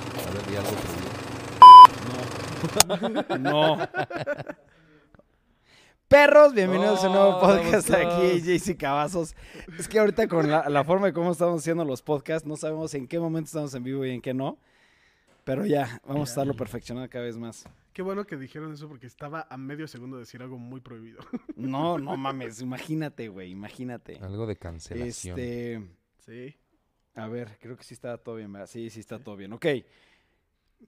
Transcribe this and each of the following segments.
algo prohibido? No. Perros, bienvenidos a un nuevo Oh, podcast ¿cómo aquí, estás? JC Cavazos. Es que ahorita con la, la forma de cómo estamos haciendo los podcasts, no sabemos en qué momento estamos en vivo y en qué no. Pero ya, vamos a estarlo perfeccionando cada vez más. Qué bueno que dijeron eso porque estaba a medio segundo de decir algo muy prohibido. No, no mames, imagínate, güey, imagínate. Algo de cancelación. Este, Sí. a ver, creo que sí está todo bien, ¿verdad? Sí, sí está todo bien. Ok.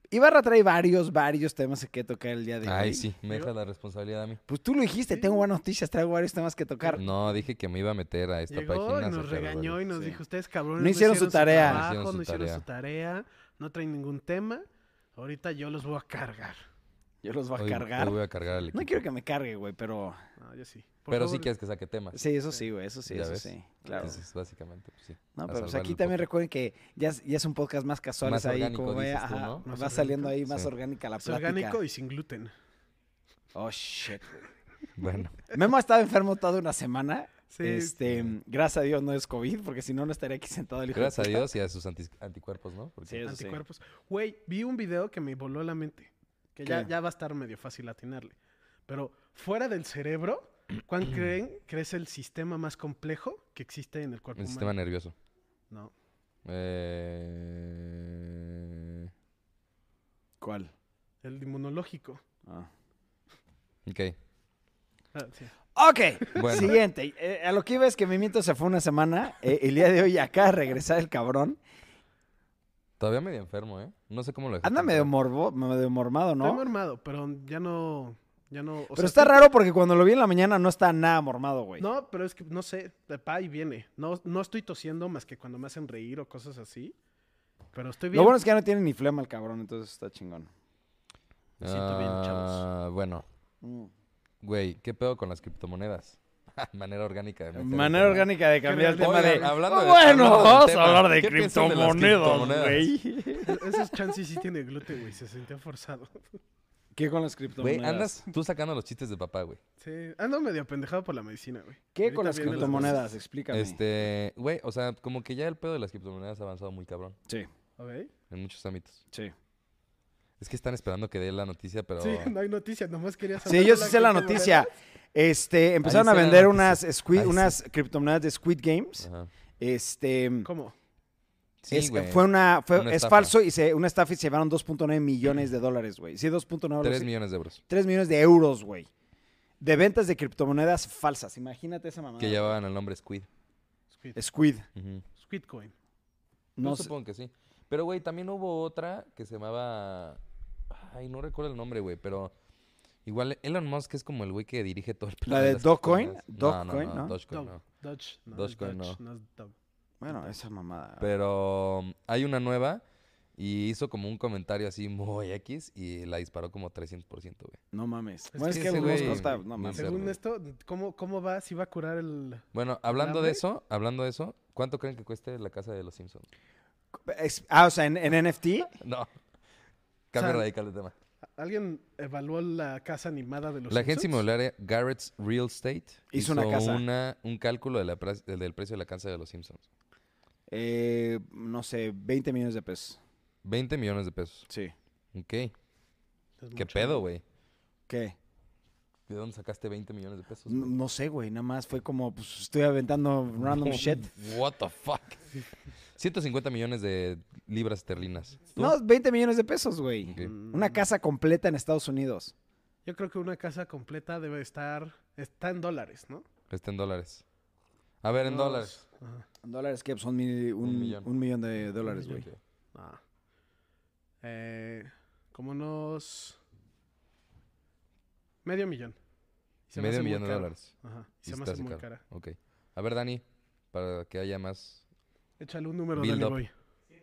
Ibarra trae varios, varios temas que tocar el día de hoy. Ay, sí, me deja la responsabilidad a mí. Pues tú lo dijiste, tengo buenas noticias, traigo varios temas que tocar. No, dije que me iba a meter a esta Llegó página. y nos sacerdotal. regañó y nos Sí. dijo, ustedes cabrones No hicieron su tarea". No trabajo, hicieron no su hicieron su tarea, no traen ningún tema. Ahorita yo los voy a cargar. Yo los voy a Hoy- cargar. hoy voy a cargar al equipo. No quiero que me cargue, güey, pero... No, yo sí. Por Pero sí favor, quieres que saque temas. Sí, eso sí, güey, eso sí, ¿Ya eso ves? sí, claro. Entonces, básicamente, pues sí. no, a pero pues salvarle aquí el también podcast. recuerden que ya es, ya es un podcast más casual, Más es ahí orgánico, como vaya, dices tú, ajá, ¿no? va Más saliendo ahí orgánico. más Sí. orgánica la es plática. orgánico y sin gluten. Oh, shit. Bueno, Memo ha estado enfermo toda una semana. Sí. Este, gracias a Dios no es COVID, porque si no, no estaría aquí sentado el hijo de gracias a puta. Dios y a sus antis- anticuerpos, ¿no? Porque Sí, eso sí. anticuerpos. Güey, vi un video que me voló la mente. Que ya, ¿Qué? ya va a estar medio fácil atinarle. Pero fuera del cerebro, ¿cuál creen que es el sistema más complejo que existe en el cuerpo el sistema humano? nervioso. No. Eh... ¿Cuál? El inmunológico. Ah. Ok. Ah, sí. Ok, Bueno. siguiente. Eh, a lo que iba es que Mimito se fue una semana. eh, el día de hoy acá a regresar el cabrón. Pues Todavía medio enfermo, ¿eh? No sé cómo lo dejé. Anda tan medio claro. morbo, medio mormado, ¿no? Estoy mormado, pero ya no. Ya no o Pero sea, está estoy- raro porque cuando lo vi en la mañana no está nada mormado, güey. No, pero es que no sé, de pa y viene. No, no estoy tosiendo más que cuando me hacen reír o cosas así. Pero estoy bien. Lo bueno es que ya no tiene ni flema el cabrón, entonces está chingón. Me siento bien, chavos. Ah, Bueno, güey, ¿qué pedo con las criptomonedas? Manera orgánica de meter el Manera tema. orgánica de cambiar el Qué tema de. Oigan, hablando de- bueno, hablando del vamos tema, a hablar de ¿qué piensan de las criptomonedas, criptomonedas? güey. Esos E-, chances sí tiene gluten, güey. Se sentía forzado. ¿Qué con las Güey, criptomonedas? andas tú sacando los chistes de papá, güey. Sí. Ando medio pendejado por la medicina, güey. ¿Qué con Ahorita las vienen las criptomonedas? Explícame. Este, güey, o sea, como que ya el pedo de las criptomonedas ha avanzado muy cabrón Sí, Ok. en muchos ámbitos. sí. Es que están esperando que dé la noticia, pero Sí, no hay noticias, nomás quería saber. Sí, yo sí sé la noticia. Este, empezaron a está la vender unas, noticia. squid- Ahí unas criptomonedas de Squid Games. Ajá. Este, ¿Cómo? Sí, es- güey. fue una, fue- Una es estafa. falso y se, una estafa y se llevaron 2.9 millones de dólares, güey. Sí, 2.9 3 millones. millones de euros 3 millones de euros, güey. De ventas de criptomonedas falsas. Imagínate esa mamada. que llevaban el nombre Squid. Squid, Squid. Ujú. Squidcoin. No, No sé. supongo que sí. Pero, güey, también hubo otra que se llamaba. Ay, no recuerdo el nombre, güey, pero. Igual Elon Musk es como el güey que dirige todo el pedo ¿La de las Dogecoin? criptomonedas. Dogecoin, no, ¿no? no, Dogecoin, Dog. Pues no. Dodge. No, Dogecoin, Dodge, no. es Dog. Bueno, esa mamada. Ah. Pero um, hay una nueva y hizo como un comentario así muy X y la disparó como 300%, güey. No mames. Es Bueno, es que que ese Elon Musk güey- no está- no ni mames. se- Según güey. esto, ¿cómo, ¿cómo va? ¿Si va a curar el...? Bueno, hablando de hambre? eso, hablando de eso, ¿cuánto creen que cueste la casa de los Simpsons? Es- Ah, o sea, en, en NFT. No. Cambio sea, radical de tema. ¿Alguien evaluó la casa animada de los La agencia Simpsons? inmobiliaria Garrett's Real Estate Hizo una casa. una- un cálculo de la pras- del del precio de la casa de los Simpsons. eh, no sé, 20 millones de pesos. 20 millones de pesos. Sí. Ok. Es ¿Qué mucho, pedo, güey? ¿Qué? ¿De dónde sacaste 20 millones de pesos? No, güey? no sé, güey. Nada más fue como, pues estoy aventando random shit. What the fuck? 150 millones de libras esterlinas. ¿Tú? No, 20 millones de pesos, güey. Ok. Mm, Una casa completa en Estados Unidos. Yo creo que una casa completa debe estar... Está en dólares, ¿no? Está en dólares. A ver, en Unos- dólares. Ajá. Dólares que son mil- un, Un un millón. millón. de dólares, güey. Ok. Ah. Eh, como unos... Medio millón. Y se me Medio hace muy millón de caro. dólares. Ajá. y Y se me está hace así muy caro. cara. Ok. A ver, Dani, para que haya más. Échale un número, Build dale, up. voy. ¿Qué?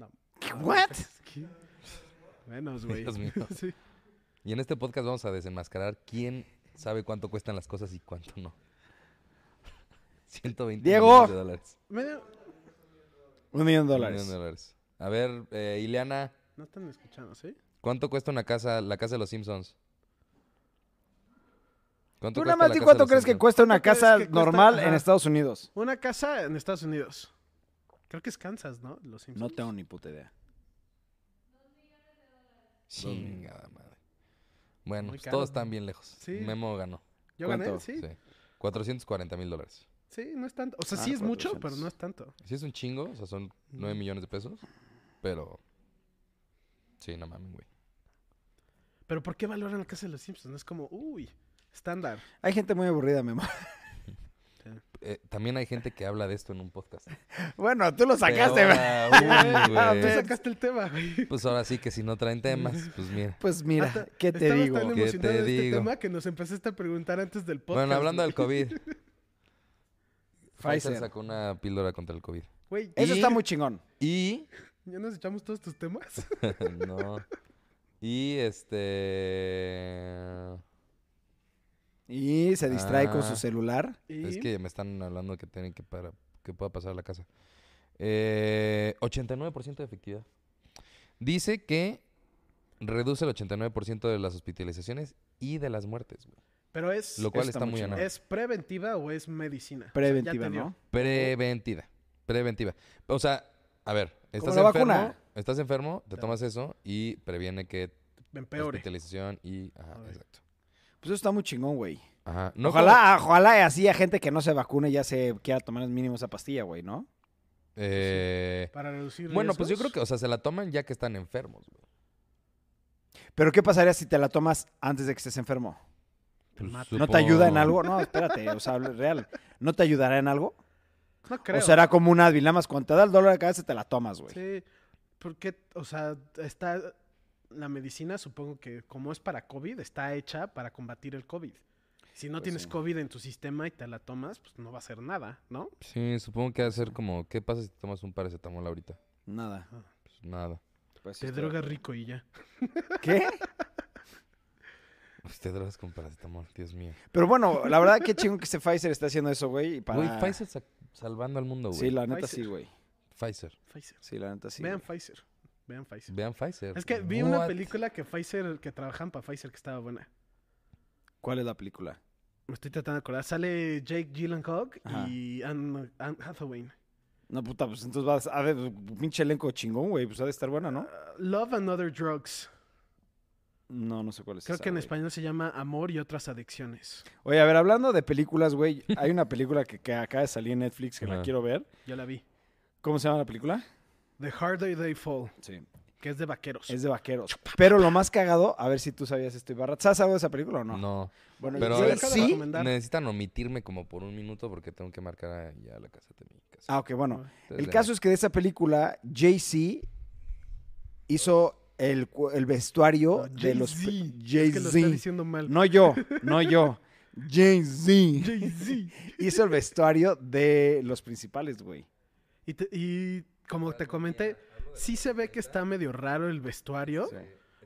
Ah, ¿What? pues, ¿qué? Menos, güey. Dios mío. Sí. Y en este podcast vamos a desenmascarar quién sabe cuánto cuestan las cosas y cuánto no. 120 Diego. millones de dólares. Medio... Un millón de Un dólares. millón de dólares. A ver, eh, Ileana, No están escuchando, ¿sí? ¿cuánto cuesta una casa, la casa de los Simpsons? ¿Cuánto Tú cuesta nada más la di casa de cuánto los crees que Simpsons? cuesta una ¿Cuánto crees casa que cuesta? normal en Ajá. Estados Unidos? Una casa en Estados Unidos. Creo que es Kansas, ¿no? Los Simpsons. No tengo ni puta idea. Chingada madre. Bueno, Muy pues caro, todos ¿no? están bien lejos. Sí. Memo ganó. Yo gané, ¿Cuánto? sí. sí. 440 mil dólares. no es tanto. O sea, Ah, sí es mucho, 400. pero no es tanto. Sí es un chingo, o sea, son 9 millones de pesos, pero... Sí, no mames, güey. Pero ¿por qué valoran la casa de los Simpsons? No es como, uy, estándar. Hay gente muy aburrida, Memo. Eh, también hay gente que habla de esto en un podcast. Bueno, tú lo sacaste, Pero güey. aún, Ah, güey. Tú pues- sacaste el tema, güey. Pues ahora sí que si no traen temas, pues mira. Pues mira, Hasta- ¿qué te estabas digo? tan ¿Qué te emocionado de este digo? tema que nos empezaste a preguntar antes del podcast. Bueno, hablando del güey. COVID. Pfizer Pfizer. sacó una píldora contra el COVID. Güey, Eso Y- está muy chingón. Y... ¿ya nos echamos todos tus temas? no. Y este... Y se distrae con su Ah. celular. Y Es que me están hablando que tienen que para que pueda pasar a la casa. Eh, 89% de efectividad. Dice que reduce el 89% de las hospitalizaciones y de las muertes, güey. Pero es, Lo cual está está muy muy chingón. anal. ¿es preventiva o es medicina. O sea, ya Preventiva, te dio. ¿no? Preventiva. Preventiva. O sea, a ver, estás la enfermo, vacuna. estás enfermo, te tomas eso y previene que Empeore. hospitalización y ajá, Órale. exacto. Pues eso está muy chingón, güey. Ajá, no como- ojalá, ojalá y así a gente que no se vacune ya se quiera tomar al mínimo esa pastilla, güey, ¿no? eh, Para reducir bueno, pues yo creo que, riesgos. o sea, se la toman ya que están enfermos, güey. Pero ¿qué pasaría si te la tomas antes de que estés enfermo? Te Pues, mata. ¿No te ayuda en supongo. algo? No, espérate, o sea, real. ¿No te ayudará en algo? No creo. O será como una Advil, nada más cuando te da el dolor de cabeza te la tomas, güey. Sí, porque, o sea, está la medicina, supongo que como es para COVID, está hecha para combatir el COVID. Si no Pues tienes sí. COVID en tu sistema y te la tomas, pues no va a hacer nada, ¿no? Sí, supongo que va a ser como, ¿qué pasa si te tomas un paracetamol ahorita? Nada. Pues nada. Te drogas rico y ya. ¿Qué? Pues te drogas con paracetamol, Dios mío. Pero bueno, la verdad, qué chingón que este Pfizer está haciendo eso, güey. y Para... Güey, Pfizer sa- salvando al mundo, güey. Sí, la neta Pfizer. sí, güey. Pfizer. Pfizer. Sí, la neta sí. Vean güey. Pfizer. Vean Pfizer. Vean Pfizer. Es que vi una What? película que Pfizer, que trabajan para Pfizer, que estaba buena. ¿Cuál es la película? Me estoy tratando de acordar. Sale Jake Gyllenhaal Ajá. y Anne, Anne Hathaway. No, puta, pues entonces vas a ver, pinche elenco chingón, güey. Pues ha de estar buena, ¿no? Uh, Love and Other Drugs. No, no sé cuál es Creo esa, que en güey. español se llama Amor y otras adicciones. Oye, a ver, hablando de películas, güey, hay una película que, que acaba de salir en Netflix que la Ajá. quiero ver. Yo la vi. ¿Cómo se llama la película? The Harder They Fall, Sí. que es de vaqueros. Es de vaqueros. Pero lo más cagado, a ver si tú sabías esto, Ibarra. ¿Sabes algo de esa película o no? No. Bueno, Pero a yo ver, sí. recomendar. Necesitan omitirme como por un minuto porque tengo que marcar a- ya la casa de mi casa. Ah, ok, bueno. Entonces, El de- caso es que de esa película, Jay-Z hizo el, cu- el vestuario No, de los. Jay-Z. pe- Es que lo está Jay-Z. diciendo mal. No yo, no yo. Jay-Z Jay-Z. hizo el vestuario de los principales, güey. Y, te- y como te comenté, sí se ve que está medio raro el vestuario,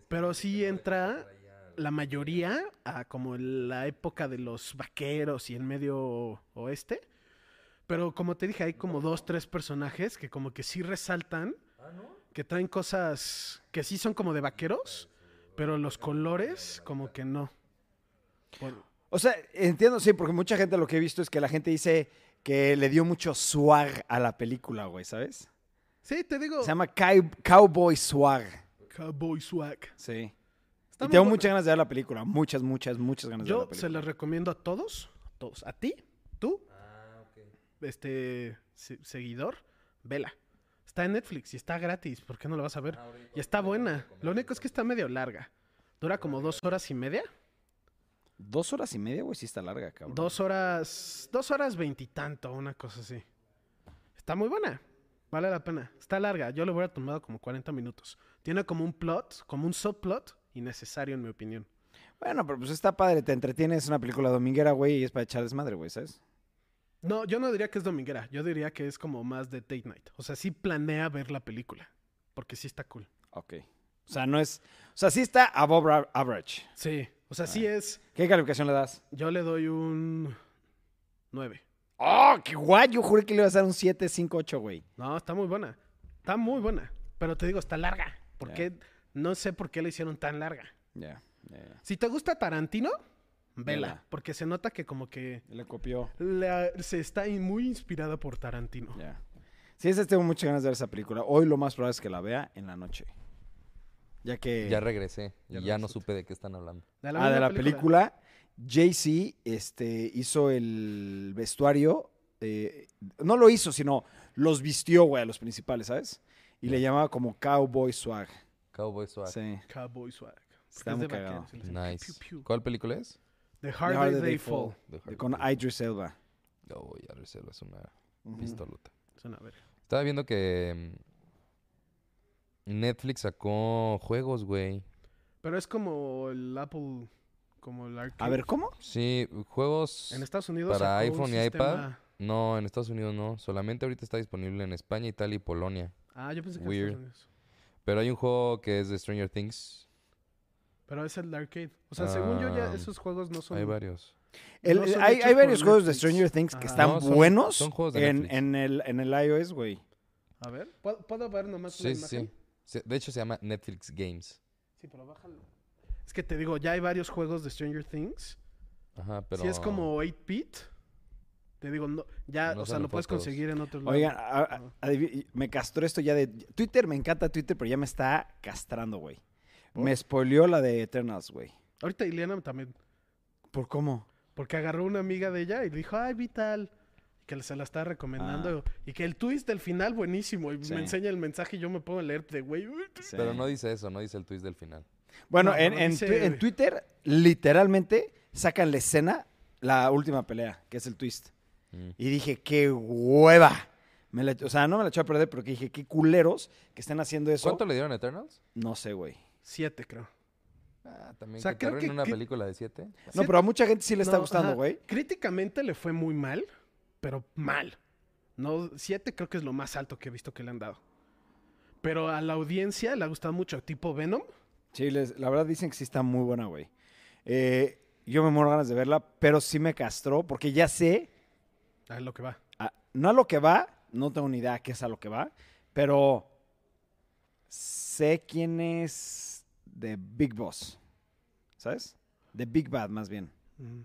pero sí entra la mayoría a como la época de los vaqueros y el medio oeste. Pero como te dije, hay como dos, tres personajes que como que sí resaltan, que traen cosas que sí son como de vaqueros, pero los colores como que no. Por- O sea, entiendo, sí, porque mucha gente lo que he visto es que la gente dice que le dio mucho swag a la película, güey, ¿sabes? Sí, te digo. Se llama cow- Cowboy Swag. Cowboy Swag. Sí. Está y tengo muy buena. muchas ganas de ver la película. Muchas, muchas, muchas ganas de ver la Yo se película. las recomiendo a todos, a todos, a ti, tú, este se- seguidor, vela. Está en Netflix y está gratis, ¿por qué no la vas a ver? Y está buena. Lo único es que está medio larga. Dura como dos horas y media. Dos horas y media, güey, sí está larga, cabrón. Dos horas. Dos horas veintitanto, una cosa así. Está muy buena. Vale la pena. Está larga. Yo lo hubiera tomado como 40 minutos. Tiene como un plot, como un subplot innecesario, en mi opinión. Bueno, pero pues está padre, te entretienes, es una película dominguera, güey, y es para echar desmadre, güey, ¿sabes? No, yo no diría que es dominguera. Yo diría que es como más de date night. O sea, sí planea ver la película. Porque sí está cool. Ok. O sea, no es... O sea, sí está above ra- average. Sí. O sea, sí es. ¿Qué calificación le das? Yo le doy un 9. ¡Oh, qué guay! Yo juré que le ibas a dar un 7, 5, 8, güey. No, está muy buena. Está muy buena. Pero te digo, está larga. Ya. Porque no sé por qué la hicieron tan larga. Ya, ya, ya. Si te gusta Tarantino, vela. Vela. Porque se nota que como que Le copió. la- se está in- muy inspirada por Tarantino. Ya. Sí, esa tengo muchas ganas de ver esa película. Hoy lo más probable es que la vea en la noche. Ya que. Ya regresé Ya y ya no regresaste. supe de qué están hablando. ah, de la película. Jay-Z este, hizo el vestuario. eh, no lo hizo, sino los vistió, güey, a los principales, ¿sabes? Y le llamaba como Cowboy Swag. Cowboy Swag. Sí. Cowboy Swag. Porque Está es muy de vaqueros, cagado. y le hacen ah, Nice. piu, piu, piu. ¿Cuál película es? The Harder, They, Fall. De Harry Con Potter. Idris Elba. Oh, ya reserva, es una Ujú. pistolota. Suena a ver. Estaba viendo que mm, Netflix sacó juegos, güey. Pero es como el Apple, como el arcade. A ver, ¿cómo? Sí, juegos en Estados Unidos para sacó un iPhone y iPad. sistema- No, en Estados Unidos no. Solamente ahorita está disponible en España, Italia y Polonia. Ah, yo pensé que Weird. en Estados Unidos. Pero hay un juego que es de Stranger Things. Pero es el arcade. O sea, según yo ya Ah, esos juegos no son Hay varios. El- No son hay, hechos hay varios por juegos de Netflix. Stranger Things que Ajá. están No, son- buenos son juegos de en, Netflix. en el, en el iOS, güey. A ver, ¿puedo, puedo ver nomás una Sí, sí, imagen? sí. Se- De hecho, se llama Netflix Games. Sí, pero bájalo. Es que te digo, ya hay varios juegos de Stranger Things. Ajá, pero. Si es como 8-bit, te digo, no, ya, No o sea, salen lo puedes fotos. conseguir en otro lado. Oigan, a- a- adiv- me castró esto ya de... Twitter, me encanta Twitter, pero ya me está castrando, güey. Me spoileó la de Eternals, güey. Ahorita Ileana también. ¿Por cómo? Porque agarró una amiga de ella y le dijo, ay, Vital. Que se la está recomendando. Y que el twist del final, buenísimo. Y Ah. Sí. me enseña el mensaje y yo me puedo leer de güey. uy, Sí. Pero no dice eso, no dice el twist del final. Bueno, No, en, no en dice- tu- en Twitter, literalmente, sacan la escena, la última pelea, que es el twist. Mm. Y dije, qué hueva. Me la- o sea, no me la echó a perder, pero que dije, qué culeros que están haciendo eso. ¿Cuánto le dieron a Eternals? No sé, güey. Siete, creo. Ah, también. O sea, que te creo arruinen que- una que- película de siete. No, pero a mucha gente sí le está No, gustando, ajá. güey. Críticamente le fue muy mal, pero mal. No, siete creo que es lo más alto que he visto que le han dado. Pero a la audiencia le ha gustado mucho, tipo Venom. Sí, les- la verdad dicen que sí está muy buena, güey. Eh, yo me muero ganas de verla, pero sí me castró porque ya sé, A lo que va. a- no a lo que va, no tengo ni idea qué es a lo que va, pero sé quién es The Big Boss, ¿sabes? The Big Bad, más bien. Mm.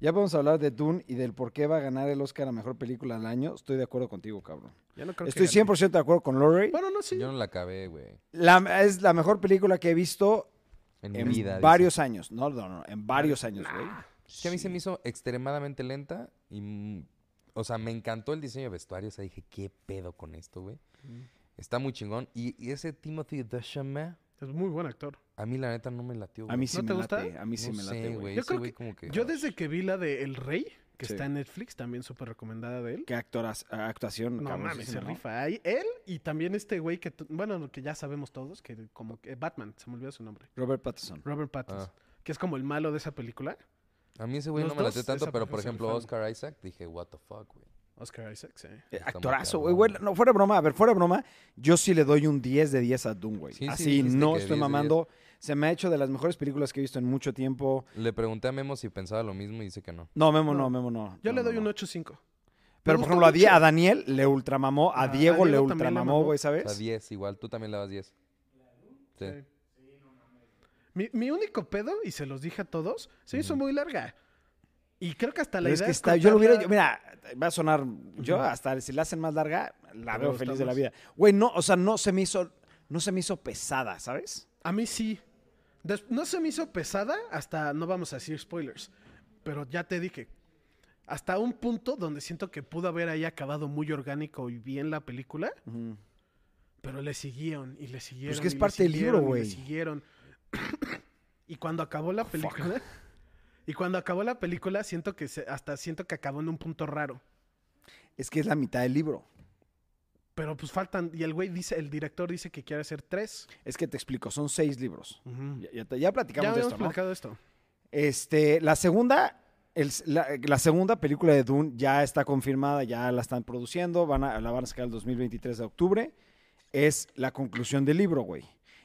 Ya vamos a hablar de Dune y del por qué va a ganar el Oscar a Mejor Película del Año. Estoy de acuerdo contigo, cabrón. Ya no creo que Estoy gane. 100% de acuerdo con Lori. Bueno, no, sí. Yo no la acabé, güey. La- es la mejor película que he visto En, en mi vida. dice. varios años. No, no, no, en varios años, güey. Es que a mí se me hizo extremadamente lenta y. mm, O sea, me encantó el diseño de vestuario. O sea, dije, ¿qué pedo con esto, güey? Está muy chingón. Y, y ese Timothy Chalamet Es muy buen actor. a mí la neta no me latió, güey. A mí sí ¿No te me gusta? late, a mí sí No me sé, late, güey. Yo ese creo güey que- como que- Yo desde que vi la de El Rey, que Sí. está en Netflix, también súper recomendada de él. Qué actoras- actuación, No cabrón, mames, sí, se ¿no? rifa. Ahí él y también este güey que, t- bueno, lo que ya sabemos todos, que como que Batman, se me olvidó su nombre. Robert Pattinson. Robert Pattinson, Ah. que es como el malo de esa película. A mí ese güey no Los me latió dos, tanto, esa pero película por se me ejemplo, fue. Oscar Isaac, dije, what the fuck, güey. Oscar Isaac, sí. Eh, Está muy Actorazo, güey, cabrón, güey. güey. No, fuera de broma. A ver, fuera de broma, yo sí le doy un 10 de 10 a Dune, güey. Sí, sí, Así, dijiste no que estoy 10 de mamando. Se me ha hecho de las mejores películas que he visto en mucho tiempo. Le pregunté a Memo si pensaba lo mismo y dice que no. No, Memo, no, No. Memo, no. Yo No, no, le doy un no. 8.5. Pero, Me por gustó ejemplo, a, Di- mucho. a Daniel le ultramamó, a A- a Diego le Diego también le ultramamó, mamó. güey, O sea, ¿sabes? 10 igual. Tú también le das 10. Sí. Sí. Mi, mi único pedo, y se los dije a todos, se hizo muy larga. Y creo que hasta la Pero idea es que es está, yo lo hubiera, cortarla- yo- mira, va a sonar, yo hasta si la hacen más larga, la Te veo gusta feliz de la más. vida. Güey, no, o sea, no se me hizo, no se me hizo pesada, ¿sabes? A mí sí. Des- no se me hizo pesada hasta, no vamos a decir spoilers, pero ya te dije, hasta un punto donde siento que pudo haber ahí acabado muy orgánico y bien la película, pero le siguieron y le siguieron. Pues que es y le parte del libro, siguieron y güey. Oh, Le siguieron. y cuando acabó la película, y cuando acabó la película, siento que se- hasta siento que acabó en un punto raro. Es que es la mitad del libro. Pero pues faltan, y el güey dice, el director dice que quiere hacer tres. Es que te explico, son seis libros. Ujú. Ya, ya te- ya platicamos Ya de habíamos esto, ¿no? platicado esto. Este, la segunda, el- la, la segunda película de Dune ya está confirmada, ya la están produciendo, van a, la van a sacar el 2023 de octubre. Es la conclusión del libro, güey.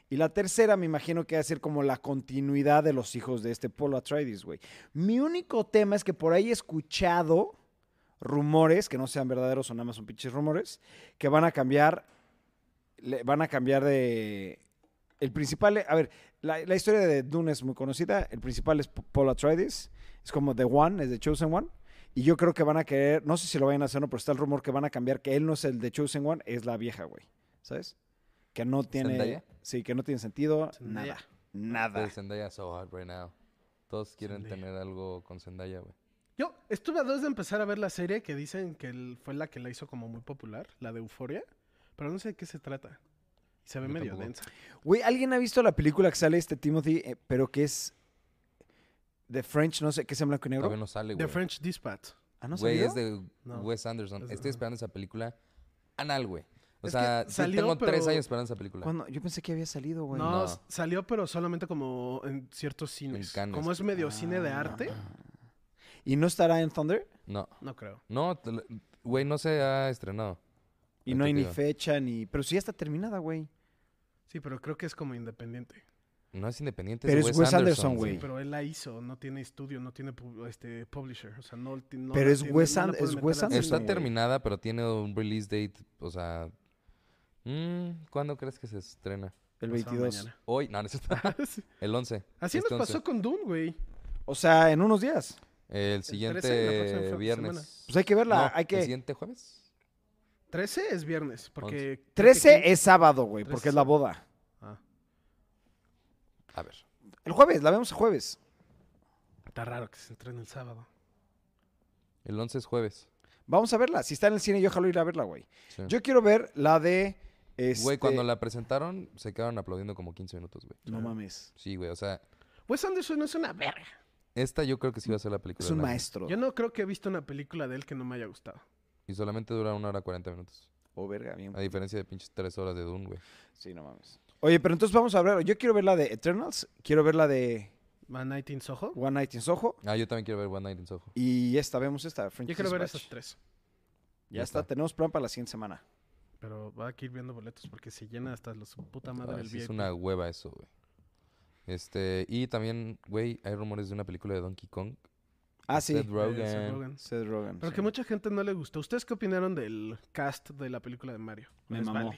Y la tercera me imagino que va a ser como la continuidad de los hijos de este Polo Atreides, güey. Mi único tema es que por ahí he escuchado rumores, que no sean verdaderos o nada más son pinches rumores, que van a cambiar, le- van a cambiar de... El principal, a ver, la, la historia de Dune es muy conocida, el principal es P- Paul Atreides, es como The One, es The Chosen One, y yo creo que van a querer, no sé si lo vayan a hacer o no, pero está el rumor que van a cambiar que él no es el The Chosen One, es la vieja, güey, ¿sabes? que no tiene. ¿Zendaya? Sí, que no tiene sentido. Zendaya. Nada. Nada. Pero Pues, Zendaya is so hot right now. Todos quieren Zendaya. tener algo con Zendaya, güey. Yo estuve a dos de empezar a ver la serie que dicen que el- fue la que la hizo como muy popular, la de Euforia, pero no sé de qué se trata. Y se ve Yo medio tampoco. densa. Güey, ¿alguien ha visto la película que sale este Timothy, eh, pero que es. The French, no sé, que es en blanco y negro? Todavía no sale, The güey. French Dispatch. Ah, no Güey, salió? es de No. Wes Anderson. Es de- Estoy esperando esa película anal, güey. O Es que sea, sí salió, tengo tres pero- años esperando esa película. ¿Cuándo? Yo pensé que había salido, güey. no, no. s- salió pero solamente como en ciertos cines. Cannes. Como es medio cine Ah. de arte, ¿Y no estará en Thunder? No, no creo. no, te lo- güey, no se ha estrenado. Y no hay ni Entendido. fecha ni. Pero sí ya está terminada, güey. Sí, pero creo que es como independiente. No es independiente, Pero es es de Wes Wes Anderson, Anderson, güey. sí. Pero él la hizo, no tiene estudio, no tiene pub- este publisher, o sea, no, ti- no Pero la es tiene, Wes no la And- pueden es meter Wes a hacer Anderson, Está nada. güey. terminada, pero tiene un release date, o sea... mm, ¿Cuándo crees que se estrena? El Pasado 22. mañana. Hoy, no, no es cierto. Sí. el 11. Así este nos 11. pasó con Doom, güey. O sea, en unos días. El la siguiente próxima fe- viernes. semana. Pues hay que verla. No, hay ¿El que. siguiente jueves? 13 es viernes, porque... creo que 13 quince- es sábado, güey, 13 porque es la boda. Ah, A ver. El jueves, la vemos el jueves. está raro que se entrene el sábado. El 11 es jueves. Vamos a verla. Si está en el cine, yo jalo ir a verla, güey. Sí. Yo quiero ver la de. Güey, este- cuando la presentaron, se quedaron aplaudiendo como 15 minutos, güey. No mames. Sí, güey, o sea, Wes Anderson es una verga. esta yo creo que sí va a ser la película. Es del un año. maestro. Yo no creo que he visto una película de él que no me haya gustado. Y solamente dura una hora 40 minutos. Oh, verga, bien. A diferencia de pinches 3 horas de Dune, güey. Sí, no mames. Oye, pero entonces vamos a hablar. Yo quiero ver la de Eternals. Quiero ver la de ¿A Night in Soho? One Night in Soho. Ah, yo también quiero ver One Night in Soho. Y esta, vemos esta. French Yo quiero ver Dispatch. esas tres. Ya está, tenemos plan para la siguiente semana. Pero va a ir viendo boletos porque se llena hasta la su puta madre Ah, el sí, es VIP. eh, una hueva eso, güey. Este, y también, güey, hay rumores de una película de Donkey Kong. Ah, sí. Seth de Seth Rogen. Rogen. Seth Rogen. Pero sí. que mucha gente no le gustó. ¿Ustedes qué opinaron del cast de la película de Mario? Me Les mamó.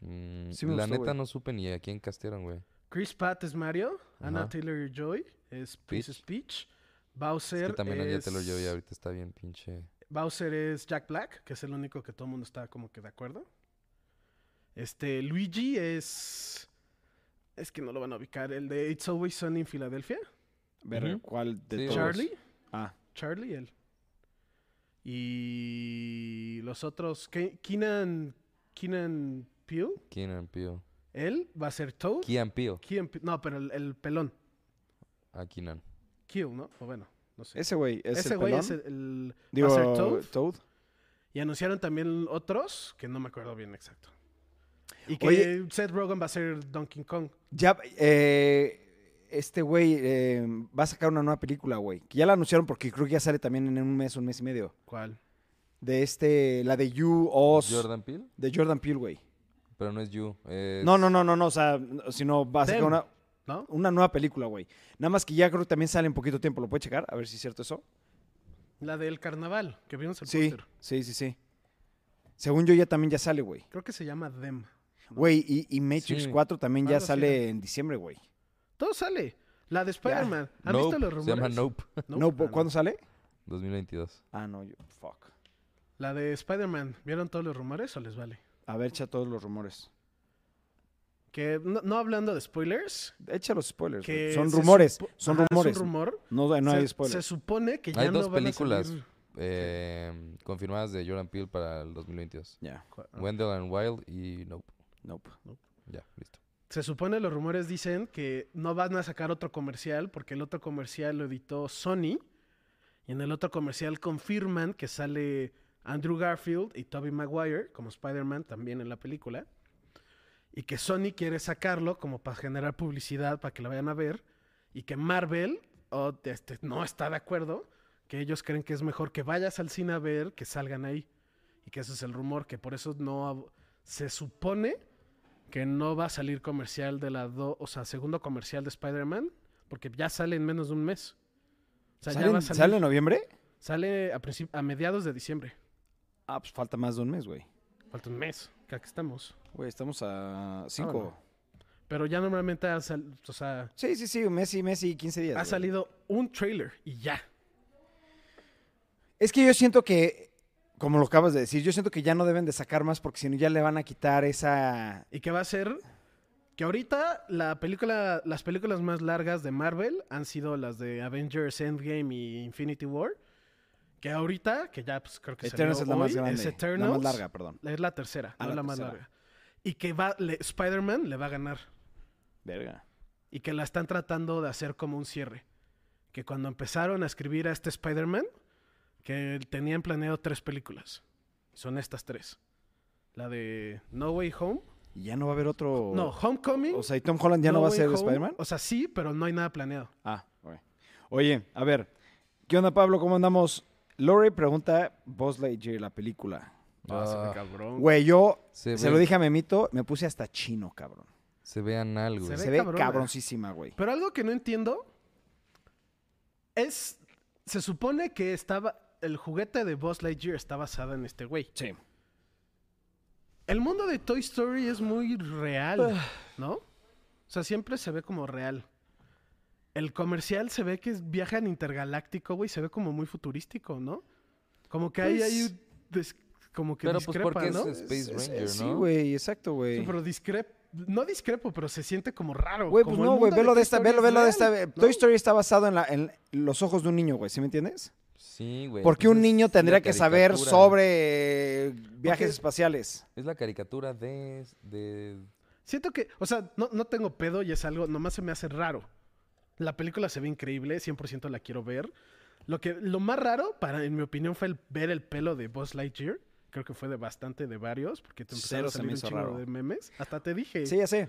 Mm, Sí me la gustó, neta güey. no supe ni a quién castearon, güey. Chris Pratt es Mario. Anna Ajá. Taylor-Joy es Princess Es Peach. Bowser que es, también Anya Taylor-Joy ahorita está bien pinche... Bowser es Jack Black, que es el único que todo el mundo está como que de acuerdo. Este, Luigi es... Es que no lo van a ubicar. El de It's Always Sunny en Filadelfia. Ver Ujú. cuál de Sí, todos. Charlie. Ah, Charlie, él. Y los otros, Ke- Keenan, Keenan Peele, Keenan Peele. él va a ser Toad. Keenan Peele. Keenan Pe- no, pero el, el pelón, Ah, Keenan. Kill, ¿no? O bueno, no sé. ese güey es Ese el güey pelón. es el, el- Digo, va a ser Toad. Toad. Y anunciaron también otros que no me acuerdo bien exacto. Y que Oye. Seth Rogen va a ser Donkey Kong. Ya, eh, este güey eh, va a sacar una nueva película, güey. Que ya la anunciaron porque creo que ya sale también en un mes, un mes y medio. ¿Cuál? De este, la de You, Oz, Jordan Peele. de Jordan Peele, güey. Pero no es You. es- No, no, no, no, no, o sea, si no, va a sacar Them. una, ¿No? una nueva película, güey. Nada más que ya creo que también sale en poquito tiempo. ¿Lo puedes checar? A ver si es cierto eso. La del carnaval, que vimos el Sí, póster. sí, sí, sí. Según yo, ya también ya sale, güey. Creo que se llama Dem. Güey, y, y Matrix Sí. 4 también ya Algo así sale en diciembre, güey. Todo sale. La de Spider-Man. ¿Han Nope, visto los rumores? Se llama Nope. Nope. No, Ah, no. ¿Cuándo sale? 2022. Ah, no, yo, fuck. La de Spider-Man, ¿vieron todos los rumores o les vale? A ver, echa todos los rumores. Que no, no hablando de spoilers, Echa los spoilers. Pues, güey. que Son se rumores, supo- son Ajá, rumores. Es un rumor. No, no se, hay Se spoilers. supone que ya Hay no dos van películas. a salir. eh, confirmadas de Jordan Peele para el 2022. Ya, Cu- ah. Wendell and Wild y Nope. nope. Ya, listo. Se supone los rumores dicen que no van a sacar otro comercial porque el otro comercial lo editó Sony y en el otro comercial confirman que sale Andrew Garfield y Tobey Maguire como Spider-Man también en la película y que Sony quiere sacarlo como para generar publicidad para que la vayan a ver y que Marvel oh, este, no está de acuerdo que ellos creen que es mejor que vayas al cine a ver que salgan ahí y que ese es el rumor que por eso no hab- se supone que no va a salir comercial de la do, o sea, segundo comercial de Spider-Man, porque ya sale en menos de un mes. O sea, ya ¿Sale, va a en- salir- ¿Sale en noviembre? sale a, princip- a mediados de diciembre. Ah, pues falta más de un mes, güey. Falta un mes, que aquí estamos. Güey, estamos a cinco. bueno. Pero ya normalmente ha, sal- o sea, Sí, sí, sí, un mes y mes y 15 días. ha güey. salido un trailer y ya. Es que yo siento que como lo acabas de decir, yo siento que ya no deben de sacar más porque si no ya le van a quitar esa... ¿Y qué va a ser? Que ahorita la película, las películas más largas de Marvel han sido las de Avengers Endgame y Infinity War. Que ahorita, que ya pues, creo que Eternals se es vio la más hoy, grande. es La Eternals. más larga, perdón. Es la tercera, Ah, no la la, más tercera. larga. Y que va, le- Spider-Man le va a ganar. Verga. Y que la están tratando de hacer como un cierre. Que cuando empezaron a escribir a este Spider-Man, que tenían planeado tres películas. Son estas tres. La de No Way Home. ¿Y ya no va a haber otro...? No, Homecoming. O sea, ¿y Tom Holland ya no, No va a Way ser Home, Spider-Man? O sea, sí, pero no hay nada planeado. Ah, ok. Oye, a ver. ¿Qué onda, Pablo? ¿Cómo andamos? Lore pregunta Buzz Lightyear, la película. Ah, cabrón. Güey, yo se, se ve, lo dije a Memito, me puse hasta chino, cabrón. Se vean algo. Se Se, ve ve cabrona. cabroncísima, güey. Pero algo que no entiendo es. Se supone que estaba. El juguete de Buzz Lightyear está basado en este güey. Sí. El mundo de Toy Story es muy real, Ah. ¿no? O sea, siempre se ve como real. El comercial se ve que es- viaja en intergaláctico, güey, se ve como muy futurístico, ¿no? Como que ahí Pues- hay un des- como que Pero pues discrepa, porque ¿no? este, es Space Ranger, ¿no? Sí, güey, exacto, güey. Sí, pero discrepo, no discrepo, pero se siente como raro. Güey, como pues el no, mundo güey, velo Toy de esta, Story velo, es velo de real, esta. ¿no? Toy Story está basado en, la- en los ojos de un niño, güey, ¿sí me entiendes? Sí, güey. Porque pues un es niño la tendría que saber caricatura. sobre eh, viajes Porque- espaciales. Es la caricatura de... de... Siento que, o sea, no, no tengo pedo y es algo, nomás se me hace raro. La película se ve increíble, 100% la quiero ver. Lo, que, lo más raro, para, en mi opinión, fue el, ver el pelo de Buzz Lightyear. Creo que fue de bastante de varios, porque te Cero empezaron se a salir me un hizo chingo raro. de memes. Hasta te dije. Sí, ya sé.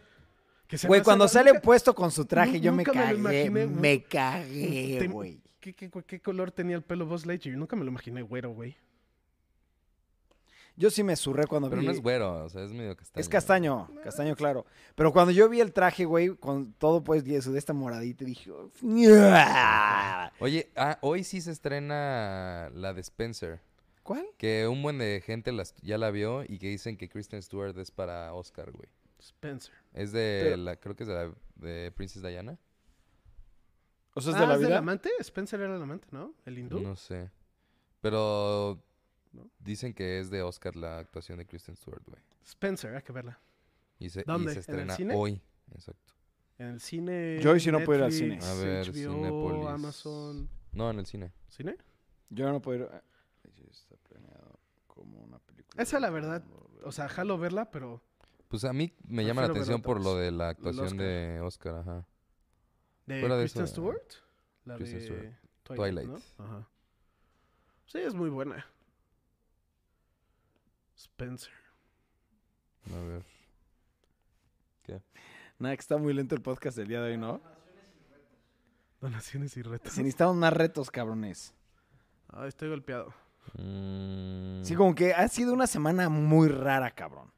que se me Güey, hace cuando raro. sale Nunca- puesto con su traje, yo me nunca me lo cagué, imaginé, güey. me cagué, Te- güey. ¿Qué, qué, qué color tenía el pelo Buzz Lightyear? Nunca me lo imaginé güero, güey. Yo sí me surré cuando Pero vi. no es güero, o sea, es medio castaño. Es castaño, castaño claro. Pero cuando yo vi el traje, güey, con todo pues de su- de esta moradita, dije, "Ña". Oye, ah, hoy sí se estrena la de Spencer. ¿cuál? Que un buen de gente las- ya la vio y que dicen que Kristen Stewart es para Oscar, güey. Spencer. Es de Pero- la, creo que es de, la, de Princess Diana. O sea, Ah, ¿es del amante? Spencer era el amante, ¿no? El hindú. No sé. Pero ¿No? dicen que es de Oscar la actuación de Kristen Stewart, güey. Spencer, hay que verla. Y se, y ¿Dónde? se ¿En el estrena cine? hoy. Exacto. En el cine. Yo hoy sí no puedo ir al Netflix, cine. A ver, HBO, Cinépolis. Amazon. No, en el cine. ¿Cine? Yo no puedo ir. Está planeado como una película. Esa, la verdad, O sea, jalo verla, pero. Pues a mí me llama la Prefiero ver atención por otras. lo de la actuación Oscar. de Oscar, ajá. ¿De Fuera de Kristen eso, eh, Stewart? La Kristen de Stewart. Twilight. Twilight. ¿no? Ajá. Sí, es muy buena. Spencer. A ver. Nada, que está muy lento el podcast del día de hoy, ¿no? Donaciones y retos. Si necesitamos más retos, cabrones. Ay, estoy golpeado. Mm, Sí, como que ha sido una semana muy rara, cabrón.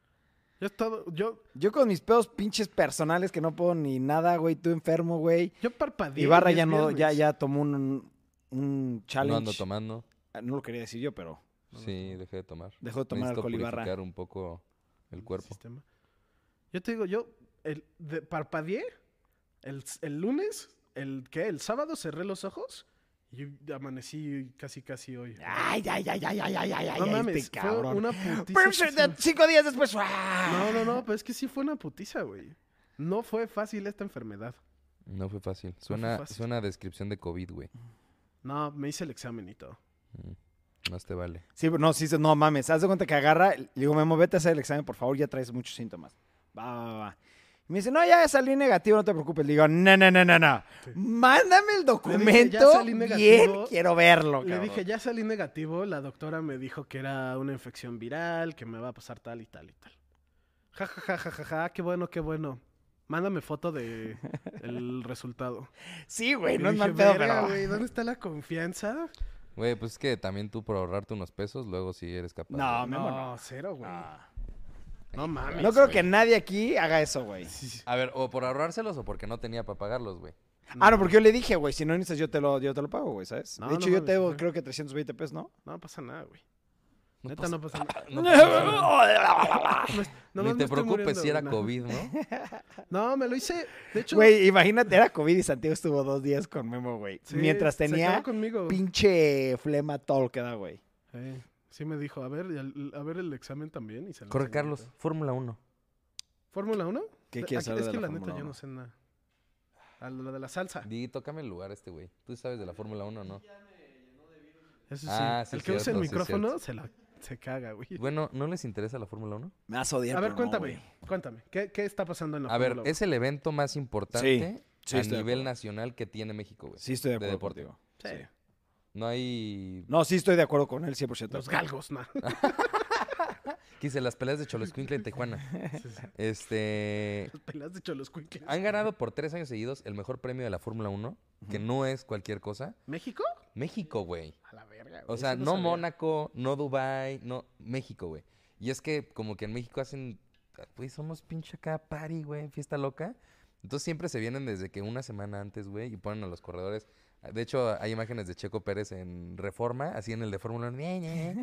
Yo estaba. Yo, Yo con mis pedos pinches personales que no puedo ni nada, güey, tú enfermo, güey. yo parpadeé. Ibarra y es ya no, ya, viernes. ya tomó un, no un ando challenge. tomando. Ah, no lo quería decir yo, pero No, no sí, dejé de tomar. dejó de tomar Necesito alcohol Ibarra. purificar un poco el cuerpo. Sistema. Yo te digo, yo el, de- parpadeé el, s- el lunes, el ¿qué? El sábado cerré los ojos y yo amanecí casi casi hoy. Ay, ay, ay, ay, ay, ay, ay, no ay, mames, este fue cabrón. una putiza. Pero, que se- de- Cinco días después. No, ¡ah! no, no, pero es que sí fue una putiza, güey. No fue fácil esta enfermedad. No fue fácil. Suena, fácil. suena a descripción de COVID, güey. No, me hice el examen y todo. Mm, Más te vale. Sí, pero no, sí, no mames. Haz de cuenta que agarra. Le digo, Memo, vete a hacer el examen, por favor, ya traes muchos síntomas. Va, va, va, va. Y me dice, no, ya salí negativo, no te preocupes. Le digo, no, no, no, no, no. Mándame el documento. salí bien, negativo. quiero verlo, Le cabrón. dije, ya salí negativo, la doctora me dijo que era una infección viral, que me va a pasar tal y tal y tal. Ja, ja, ja, ja, ja, ja, qué bueno, qué bueno. Mándame foto de el resultado. Sí, güey, Y no es dije, mal pedo, "Verga, pero. güey, ¿dónde está la confianza? Güey, pues es que también tú por ahorrarte unos pesos, luego sí eres capaz. No, de- Memo, No, no. cero, güey. Ah. No mames. No creo que nadie aquí haga eso, güey. Sí, sí. A ver, o por ahorrárselos o porque no tenía para pagarlos, güey. Ah, no, porque yo le dije, güey, si no necesitas, yo te lo, yo te lo pago, güey, ¿sabes? No, de hecho, yo no mames, te debo, ajá. creo que 320 pesos, ¿no? No pasa nada, güey. Neta, no pasa nada. No pasa nada. Me- nomás Ni me te estoy preocupes muriendo, si era güey, no. COVID, ¿no? No, me lo hice. De hecho, Güey, imagínate, era COVID y Santiago estuvo dos días con Memo, güey. sí, Mientras se quedó tenía conmigo. pinche flema todo lo que da, güey. Eh, Sí me dijo, a ver, y al- a ver el examen también. Y se lo Corre, enseñé. Carlos, Fórmula 1. ¿Fórmula 1? ¿Qué De- quieres aquí- saber Es de que la la, neta Fórmula yo no 1? sé nada. A lo de la salsa. Di, tócame el lugar a este güey. ¿Tú sabes de la Fórmula 1 o no? Eso sí. Ah, sí, el que usa cierto, el sí, micrófono se, la, se caga, güey. Bueno, ¿no les interesa la Fórmula 1? Me vas a odiar. A ver, pero no, cuéntame, güey. cuéntame. ¿Qué, qué está pasando en la A ver, Fórmula 1? es el evento más importante sí, a estoy de nivel acuerdo. nacional que tiene México, güey. sí, estoy de de acuerdo deporte. contigo. Sí, No hay... No, sí estoy de acuerdo con él 100%. Los galgos, ¿no? Quise las peleas de Cholescuincle y Tijuana. Sí, sí. Este... Pelas de Choloscuincle. Han ganado por tres años seguidos el mejor premio de la Fórmula 1, que no es cualquier cosa. ¿México? México, güey. A la verga. O güey, sea, eso no sabía. Mónaco, no Dubai, no México, güey. Y es que como que en México hacen, güey, somos pinche acá party, güey, fiesta loca. Entonces siempre se vienen desde que una semana antes, güey, y ponen a los corredores. De hecho, hay imágenes de Checo Pérez en Reforma, así en el de Fórmula 1. ñe, ñe,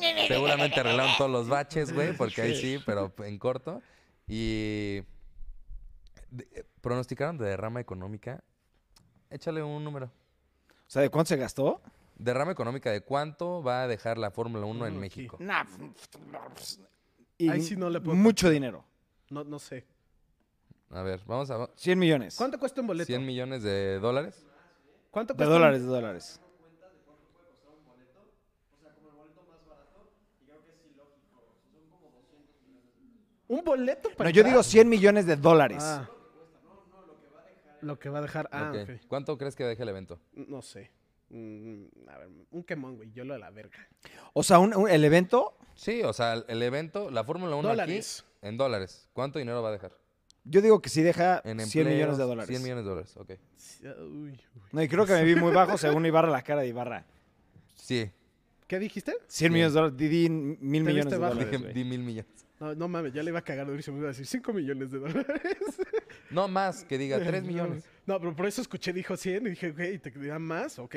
ñe. Seguramente arreglaron todos los baches, güey, porque ahí sí, pero en corto. Y de- eh, pronosticaron de derrama económica. Échale un número. O sea, ¿de cuánto se gastó? Derrama económica de cuánto va a dejar la Fórmula 1 en Mm, México. Nah. Y Ahí sí no le puedo Mucho dinero. No, no sé. A ver, vamos a 100 millones. ¿Cuánto cuesta un boleto? 100 millones de dólares. ¿Cuánto De cuesta? dólares, de dólares. Un, un boleto para No, yo entrar? digo 100 millones de dólares. Ah. Lo que va a dejar. Ah, Ok. ok. ¿Cuánto crees que deje el evento? No sé. Mm, a ver, un quemón, güey. Yo lo de la verga. O sea, un- un- el evento, Sí, o sea, el- el evento, la Fórmula 1 Dólares. aquí en dólares. ¿Cuánto dinero va a dejar? yo digo que sí deja En 100 millones de empleos, dólares. 100 millones de dólares, ok. Sí, ah, uy, uy. No, y creo que me vi muy bajo según Ibarra, la cara de Ibarra. Sí, ¿Qué dijiste? 100 millones de dólares, Didi, mil Te millones viste de bajo. dólares. dije, güey. di mil millones. No, no mames, ya le iba a cagar durísimo. Iba a decir 5 millones de dólares. No más, que diga 3 millones. No, pero por eso escuché, dijo 100 y dije, güey, ¿te dan más? Ok.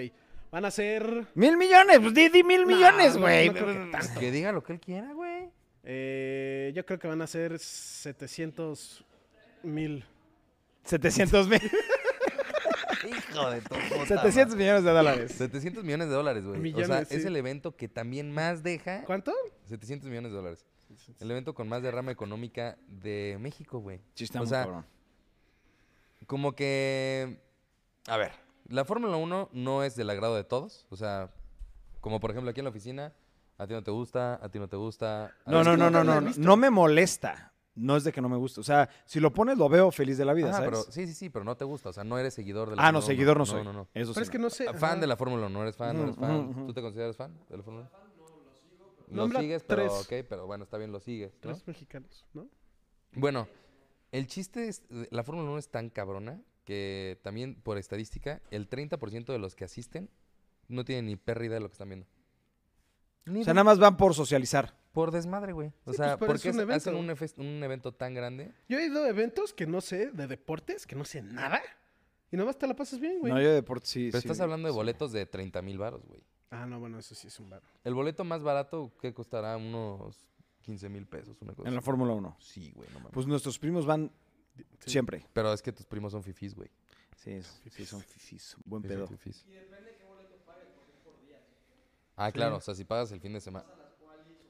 Van a ser. Mil millones, pues Didi, mil No, millones, no, güey. no creo que tanto. Que diga lo que él quiera, güey. Eh, yo creo que van a ser 700 mil. 700 mil. Hijo de tu 700 millones de dólares. 700 millones de dólares, güey. O sea, Millones, sí. es el evento que también más deja. ¿Cuánto? 700 millones de dólares. El evento con más derrama económica de México, güey. Sí, está o muy sea, cabrón. como que. A ver, la Fórmula 1 no es del agrado de todos. O sea, como por ejemplo aquí en la oficina, a ti no te gusta, a ti no te gusta. a No, ti- no, no, no, nunca lo he no. No, visto. me molesta. No es de que no me guste. O sea, si lo pones, lo veo feliz de la vida, Ajá, ¿sabes? pero, sí, sí, sí, pero no te gusta. O sea, no eres seguidor de la ah, no, Fórmula 1. seguidor no soy. No, no, Eso Pero es sí. que no sé. no. Fan ajá. de la Fórmula 1, no eres fan, no eres Ujú, fan. ujú. ¿Tú te consideras fan de la Fórmula 1? Lo Nombra sigues, pero tres. ok, pero bueno, está bien, lo sigues. ¿no? Tres mexicanos, ¿no? Bueno, el chiste es, eh, la Fórmula 1 es tan cabrona que también por estadística, el 30% de los que asisten no tienen ni perra idea de lo que están viendo. Ni O idea. sea, nada más van por socializar. Por desmadre, güey. O Sí, sea, pues, pero porque es un hacen un, evento. efes- un evento tan grande. Yo he ido a eventos que no sé, de deportes, que no sé nada. Y nomás te la pasas bien, güey. No, yo de deporte sí. Pero sí, estás hablando de sí. boletos de 30 mil baros, güey. Ah, no, bueno, eso sí es un bar. El boleto más barato, ¿qué costará? Unos 15 mil pesos, una cosa En la así. Fórmula 1. Sí, güey, no mames. Pues nuestros primos van Sí. siempre. Pero es que tus primos son fifís, güey. Sí, es- sí, son fifís. Buen Sí, son pedo. fifís. Ah, claro, o sea, si pagas el fin de semana.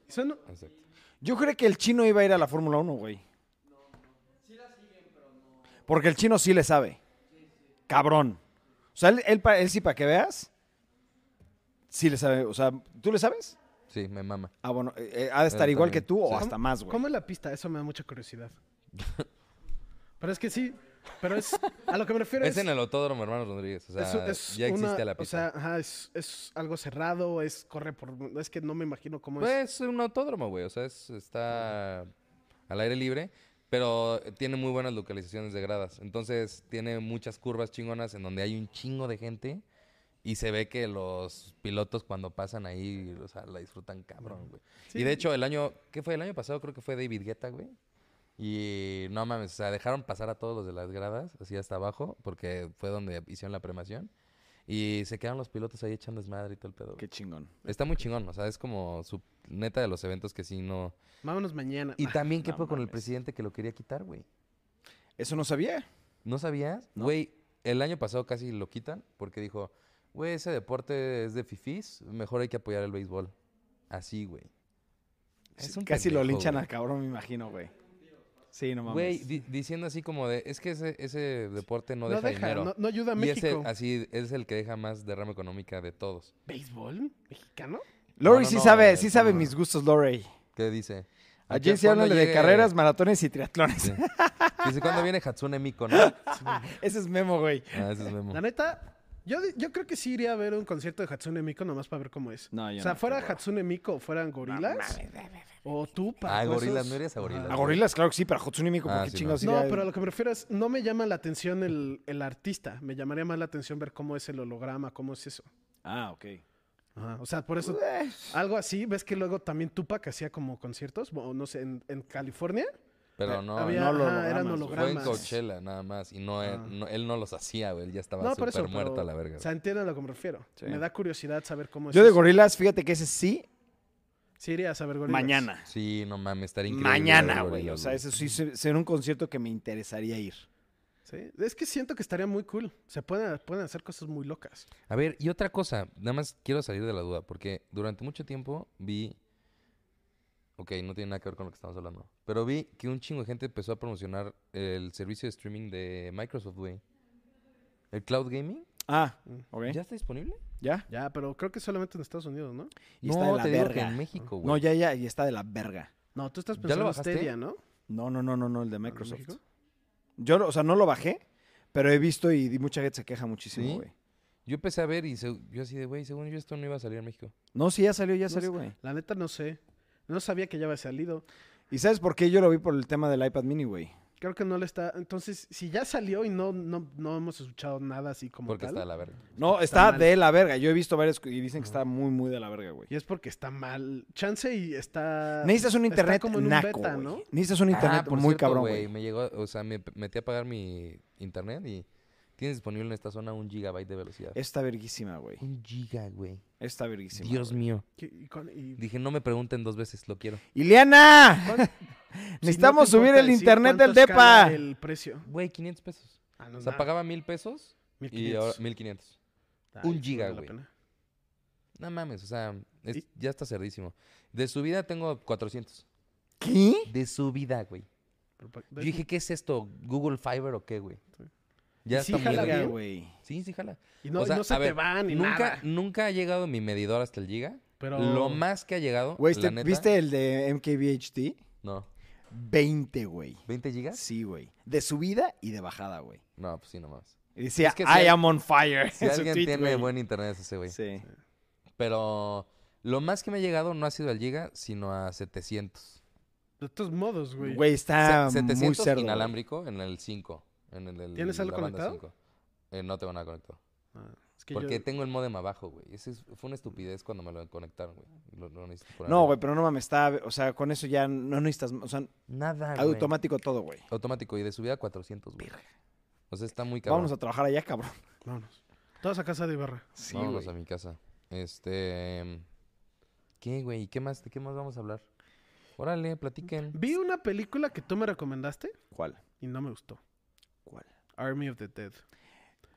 Son- Exacto. Yo creo que el chino iba a ir a la Fórmula 1, güey. Porque el chino sí le sabe. Cabrón. O sea, él, él pa- él sí, para que veas, sí le sabe. O sea, ¿tú le sabes? Sí, me mama. Ah, bueno, eh, eh, ha de estar Él igual también. que tú Sí. o hasta más, güey. ¿Cómo es la pista? Eso me da mucha curiosidad. pero es que sí. Pero es. A lo que me refiero es en el autódromo, hermano Rodríguez. O sea, es- es ya existe una- la pista. O sea, ajá, es, es algo cerrado, es corre por. Es que no me imagino cómo es. pues es un autódromo, güey. O sea, es- está al aire libre, pero tiene muy buenas localizaciones de gradas. Entonces, tiene muchas curvas chingonas en donde hay un chingo de gente y se ve que los pilotos cuando pasan ahí, o sea, la disfrutan cabrón, güey. Y de Sí. hecho, el año, ¿qué fue? El año pasado creo que fue David Guetta, güey. Y no mames, o sea, dejaron pasar a todos los de las gradas, así hasta abajo, porque fue donde hicieron la premación. Y se quedaron los pilotos ahí echando desmadre y todo el pedo. güey. Qué chingón. Está muy chingón, o sea, es como su neta de los eventos que sí no. Vámonos mañana. Y Ah, también, ¿qué no fue con el mames. presidente que lo quería quitar, güey? Eso no sabía. ¿No sabías? No. Güey, el año pasado casi lo quitan porque dijo, güey, ese deporte es de fifís, mejor hay que apoyar el béisbol. Así, güey. Es Sí, un Casi lo pendejo, linchan güey. al cabrón, me imagino, güey. Sí, no mames. Güey, di- diciendo así como de, es que ese, ese deporte no, No deja, deja, dinero. no, no ayuda a y es México. el- así es el que deja más derrama económica de todos. ¿Béisbol mexicano? Lori No, no, sí no, sabe, eh, sí sabe no. mis gustos, Lori. ¿Qué dice? A Aquí, Jay sí ¿cuándo háblale de llegue- carreras, maratones y triatlones. Sí. Dice, ¿cuándo viene Hatsune Miku, no? Ah, Ese es Memo, güey. ese es Memo. La neta, yo, di- yo creo que sí iría a ver un concierto de Hatsune Miku nomás para ver cómo es. No, yo o sea, no, fuera qué hueva. Hatsune Miku o fueran gorilas. o tú, para. Ah, gorilas, no irías a gorilas. A gorilas, claro que sí, pero a Hotsune Miku, Ah, ¿por qué sí, chingados No, iría? pero a lo que me refiero es, no me llama la atención el, el artista. Me llamaría más la atención ver cómo es el holograma, cómo es eso. Ah, ok. Ajá, O sea, por eso, Eh, algo así. ¿Ves que luego también Tupac hacía como conciertos? O no sé, en, en California. Pero Eh, no, había- no, ajá, hologramas, eran fue en fue en hologramas. Coachella nada más. Y no, Ah. él, no- él no los hacía, güey. Él ya estaba No, por súper eso. muerto pero, a la verga. O sea, entienden a lo que me refiero. Sí. Me da curiosidad saber cómo pues es. Yo de eso. gorilas, fíjate que ese sí, Sí, iría a saber gorilas. mañana. sí, no mames, estaría increíble. Mañana, ver güey. gorilas, O sea, ese sí se- será un concierto que me interesaría ir. Sí, Es que siento que estaría muy cool. Se pueden, pueden hacer cosas muy locas. A ver, y otra cosa, nada más quiero salir de la duda, porque durante mucho tiempo vi. Ok, no tiene nada que ver con lo que estamos hablando. Pero vi que un chingo de gente empezó a promocionar el servicio de streaming de Microsoft, güey. ¿El cloud gaming? Ah, ok. ¿Ya está disponible? ¿Ya? Ya, pero creo que solamente en Estados Unidos, ¿no? Y está de la te digo que verga. en México, güey. No, ya, ya, y está de la verga. No, tú estás ¿Ya lo pensando en bajaste? Stadia, ¿no? No, no, no, no, no, el de ¿En Microsoft. México? Yo, lo- o sea, no lo bajé, pero he visto y, y mucha gente se queja muchísimo, ¿Sí? güey. Yo empecé a ver y se- yo así de, güey, según yo esto no iba a salir en México. No, sí, ya salió, ya No salió, sé. güey. La neta no sé. No sabía que ya había salido. ¿Y sabes por qué yo lo vi por el tema del iPad mini, güey? Creo que no le está. Entonces, si ya salió y no, no, no hemos escuchado nada así como Porque tal. está de la verga. No, está está, mal. de la verga. Yo he visto varios y dicen que está muy, muy de la verga, güey. Y es porque está mal. Chance y está. Necesitas un está internet como en un naco, beta, güey. ¿no? Necesitas un Ah, internet por muy cierto, cabrón, güey. Me llegó, o sea, me p- metí a pagar mi internet y tienes disponible en esta zona un gigabyte de velocidad. Está verguísima, güey. Un giga, güey. Está verguísima. Dios mío. ¿Qué- y con- y- Dije, no me pregunten dos veces, lo quiero. ¡Iliana! ¿cuán- si Necesitamos no te subir importa el decir internet del cuánto escala depa. El precio. Güey, 500 pesos. Ah, no, O sea, nada. pagaba mil pesos y 1500. ahora 1500. Ay, un vale giga, la güey. pena. No mames, o sea, es- ¿Y? ya está cerdísimo. De subida tengo 400. ¿Qué? De subida, güey. Pero pues, pa- Yo dije, ¿qué es esto? ¿Google Fiber o qué, güey? Ya ¿Y sí está muy jala arriba. bien? güey. Sí, sí, jala. Y no, O sea, no se a te ver, va ni nunca, nada. Nunca ha llegado mi medidor hasta el giga. Pero Lo más que ha llegado, Güey, la ¿te- neta, ¿viste el de MKBHD? No. 20, güey. ¿20 gigas? Sí, güey. De subida y de bajada, güey. No, pues sí, nomás. Y decía, Es que si I al- am on fire. Si en su alguien tweet, tiene güey. buen internet es ese, güey. Sí. Pero lo más que me ha llegado no ha sido al giga, sino a 700. de todos modos, güey. Güey, está Se- Ah, muy 700 cerdo. güey. inalámbrico en el 5. En el, el- ¿Tienes algo la banda conectado? 5. Eh, no tengo nada conectado. Ah, es que Porque yo- tengo el modem abajo, güey. Ese es- fue una estupidez cuando me lo conectaron, güey. Lo- lo necesito por No, arriba. güey, pero no mames, está, o sea, con eso ya no necesitas, o sea, Nada, Ah, güey. automático todo, güey. Automático y de subida 400, güey. O sea, está muy cabrón. Vámonos a trabajar allá, cabrón. Vámonos. Todos a casa de Ibarra. Sí, Vámonos a mi casa. Este... ¿Qué, güey? ¿Y ¿Qué más, ¿De qué más vamos a hablar? Órale, platiquen. Vi una película que tú me recomendaste ¿Cuál? y no me gustó. ¿Cuál? Army of the Dead.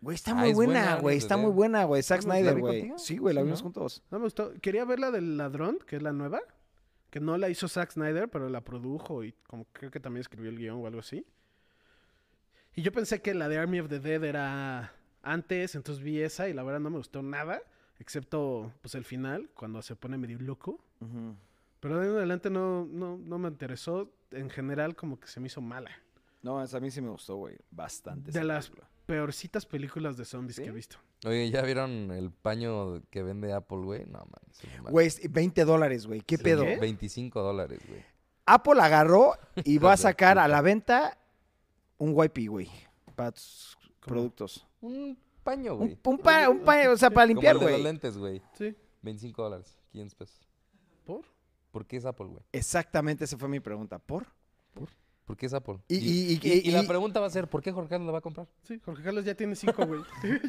Güey, está Ah, muy es buena, buena, güey, Army of the está muy Dead. buena, güey. Zack ¿No la Snyder, vi güey. contigo? Sí, güey, la Sí, vimos ¿no? juntos. No me gustó. Quería ver la del ladrón, que es la nueva. Que no la hizo Zack Snyder, pero la produjo y como creo que también escribió el guión o algo así. Y yo pensé que la de Army of the Dead era antes, entonces vi esa y la verdad no me gustó nada. Excepto, pues, el final, cuando se pone medio loco. Ujú. Pero de ahí en adelante no, no, no me interesó. En general, como que se me hizo mala. No, esa a mí sí me gustó, güey, bastante. De esa las película. peorcitas películas de zombies ¿Sí? que he visto. Oye, ¿ya vieron el paño que vende Apple, güey? No, mames. es una Güey, es 20 dólares, güey, ¿qué Sí, pedo? ¿eh? 25 dólares, güey. Apple agarró y va Hijos a de sacar a puta. la venta un YP, güey, para tus productos. Un paño, güey. Un, un pa- un pa- o sea, para limpiar, Como el de los güey. lentes, güey. Sí. 25 dólares, 500 pesos. ¿Por? ¿Por qué es Apple, güey? Exactamente, esa fue mi pregunta. ¿Por? ¿Por qué es Apple? Y- y- y- la y- pregunta va a ser, ¿por qué Jorge Carlos lo va a comprar? Sí, Jorge Carlos ya tiene cinco, güey.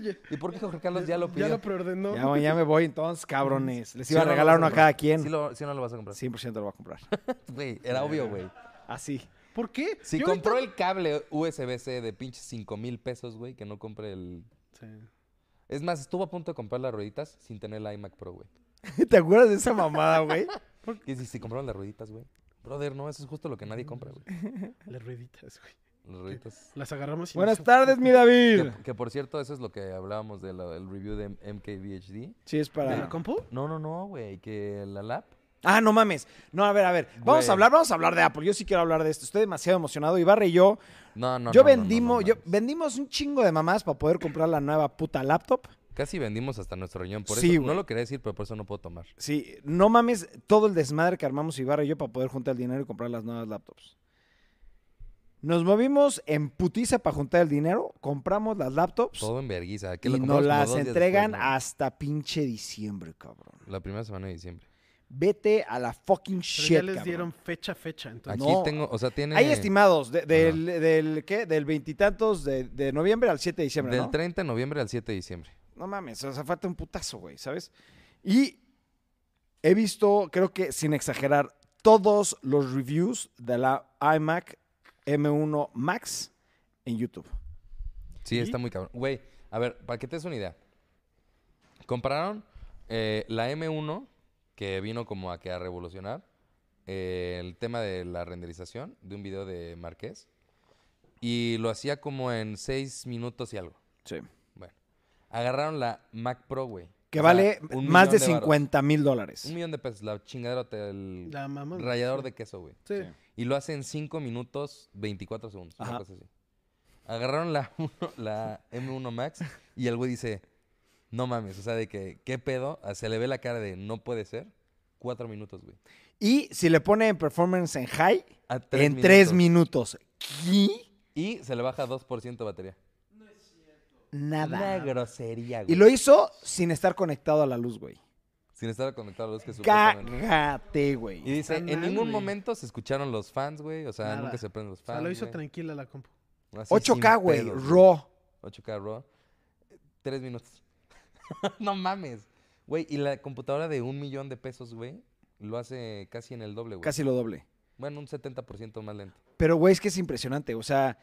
ya, ¿Y por qué Jorge Carlos ya lo pidió? ya lo preordenó. Ya, güey, ya me voy entonces, cabrones. Les ¿Sí iba o a no lo regalar vas uno a comprar? cada quien. Sí, lo- sí o no lo vas a comprar. 100% lo voy a comprar. Güey, era Eh, obvio, güey. Así. ¿Por qué? Si Yo ahorita- compró el cable USB-C de pinches 5 mil pesos, güey, que no compre el... Sí. Es más, estuvo a punto de comprar las rueditas sin tener la iMac Pro, güey. ¿Te acuerdas de esa mamada, güey? ¿Qué si, si compraron las rueditas, güey? Brother, no, eso es justo lo que nadie compra, güey. Las rueditas, güey. Las rueditas. Las agarramos y Buenas nos- tardes, mi David. Que, que, por cierto, eso es lo que hablábamos del review de MKBHD. Sí, es ¿De la para. compu? No, no, no, güey, que la lap. Ah, no mames. No, a ver, a ver. Vamos Güey. a hablar, vamos a hablar de Apple. Yo sí quiero hablar de esto. Estoy demasiado emocionado. Ibarra y yo, No, no, yo no, no, no, vendimos, no yo mames. vendimos un chingo de mamás para poder comprar la nueva puta laptop. Casi vendimos hasta nuestro riñón, por Sí, eso. No güey. Pues, lo quería decir, pero por eso no puedo tomar. Sí, no mames todo el desmadre que armamos Ibarra y yo para poder juntar el dinero y comprar las nuevas laptops. Nos movimos en putiza para juntar el dinero, compramos las laptops Todo en verguiza. que y lo nos compramos como las dos días entregan después, ¿no? hasta pinche diciembre, cabrón. La primera semana de diciembre. Vete a la fucking Pero shit, ya les cabrón. dieron fecha, fecha. Entonces, Aquí No. tengo, o sea, tiene... Hay estimados de- del, del, ¿qué? Del veintitantos de, de noviembre al 7 de diciembre, Del ¿no? 30 de noviembre al 7 de diciembre. No mames, o sea, falta un putazo, güey, ¿sabes? Y he visto, creo que sin exagerar, todos los reviews de la iMac M1 Max en YouTube. Sí, ¿Y? está muy cabrón. Güey, a ver, para que te des una idea. Compararon eh, la M1, que vino como a que a revolucionar eh, el tema de la renderización de un video de Marqués. Y lo hacía como en 6 minutos y algo. Sí. Bueno. Agarraron la Mac Pro, güey. Que O sea, vale un más de millón varos. 50 mil dólares. Un millón de pesos, la chingadera, el la mamá. rallador de queso, güey. Sí. Sí. Y lo hacen 5 minutos 24 segundos. una Ajá. cosa así. Agarraron la, uno- la M1 Max y el güey dice, no mames, o sea, de que, ¿qué pedo? Ah, Se le ve la cara de, no puede ser. Cuatro minutos, güey. Y si le pone en performance en high, A en minutos. 3 minutos. ¿Qué? Y se le baja 2% de batería. Una Nada. grosería, güey. Y lo hizo sin estar conectado a la luz, güey. Sin estar conectado a los que supuestamente... Cágate, güey. Y dice, Está en mal, ningún güey. momento se escucharon los fans, güey. O sea, Nada. nunca se prenden los O fans. sea, lo hizo güey. tranquila la compu. Así, sin 8K, güey. pedos, Raw. 8K Raw. Tres minutos. no mames. Güey, y la computadora de un millón de pesos, güey, lo hace casi en el doble, güey. Casi lo doble. Bueno, un 70% más lento. Pero, güey, es que es impresionante. O sea,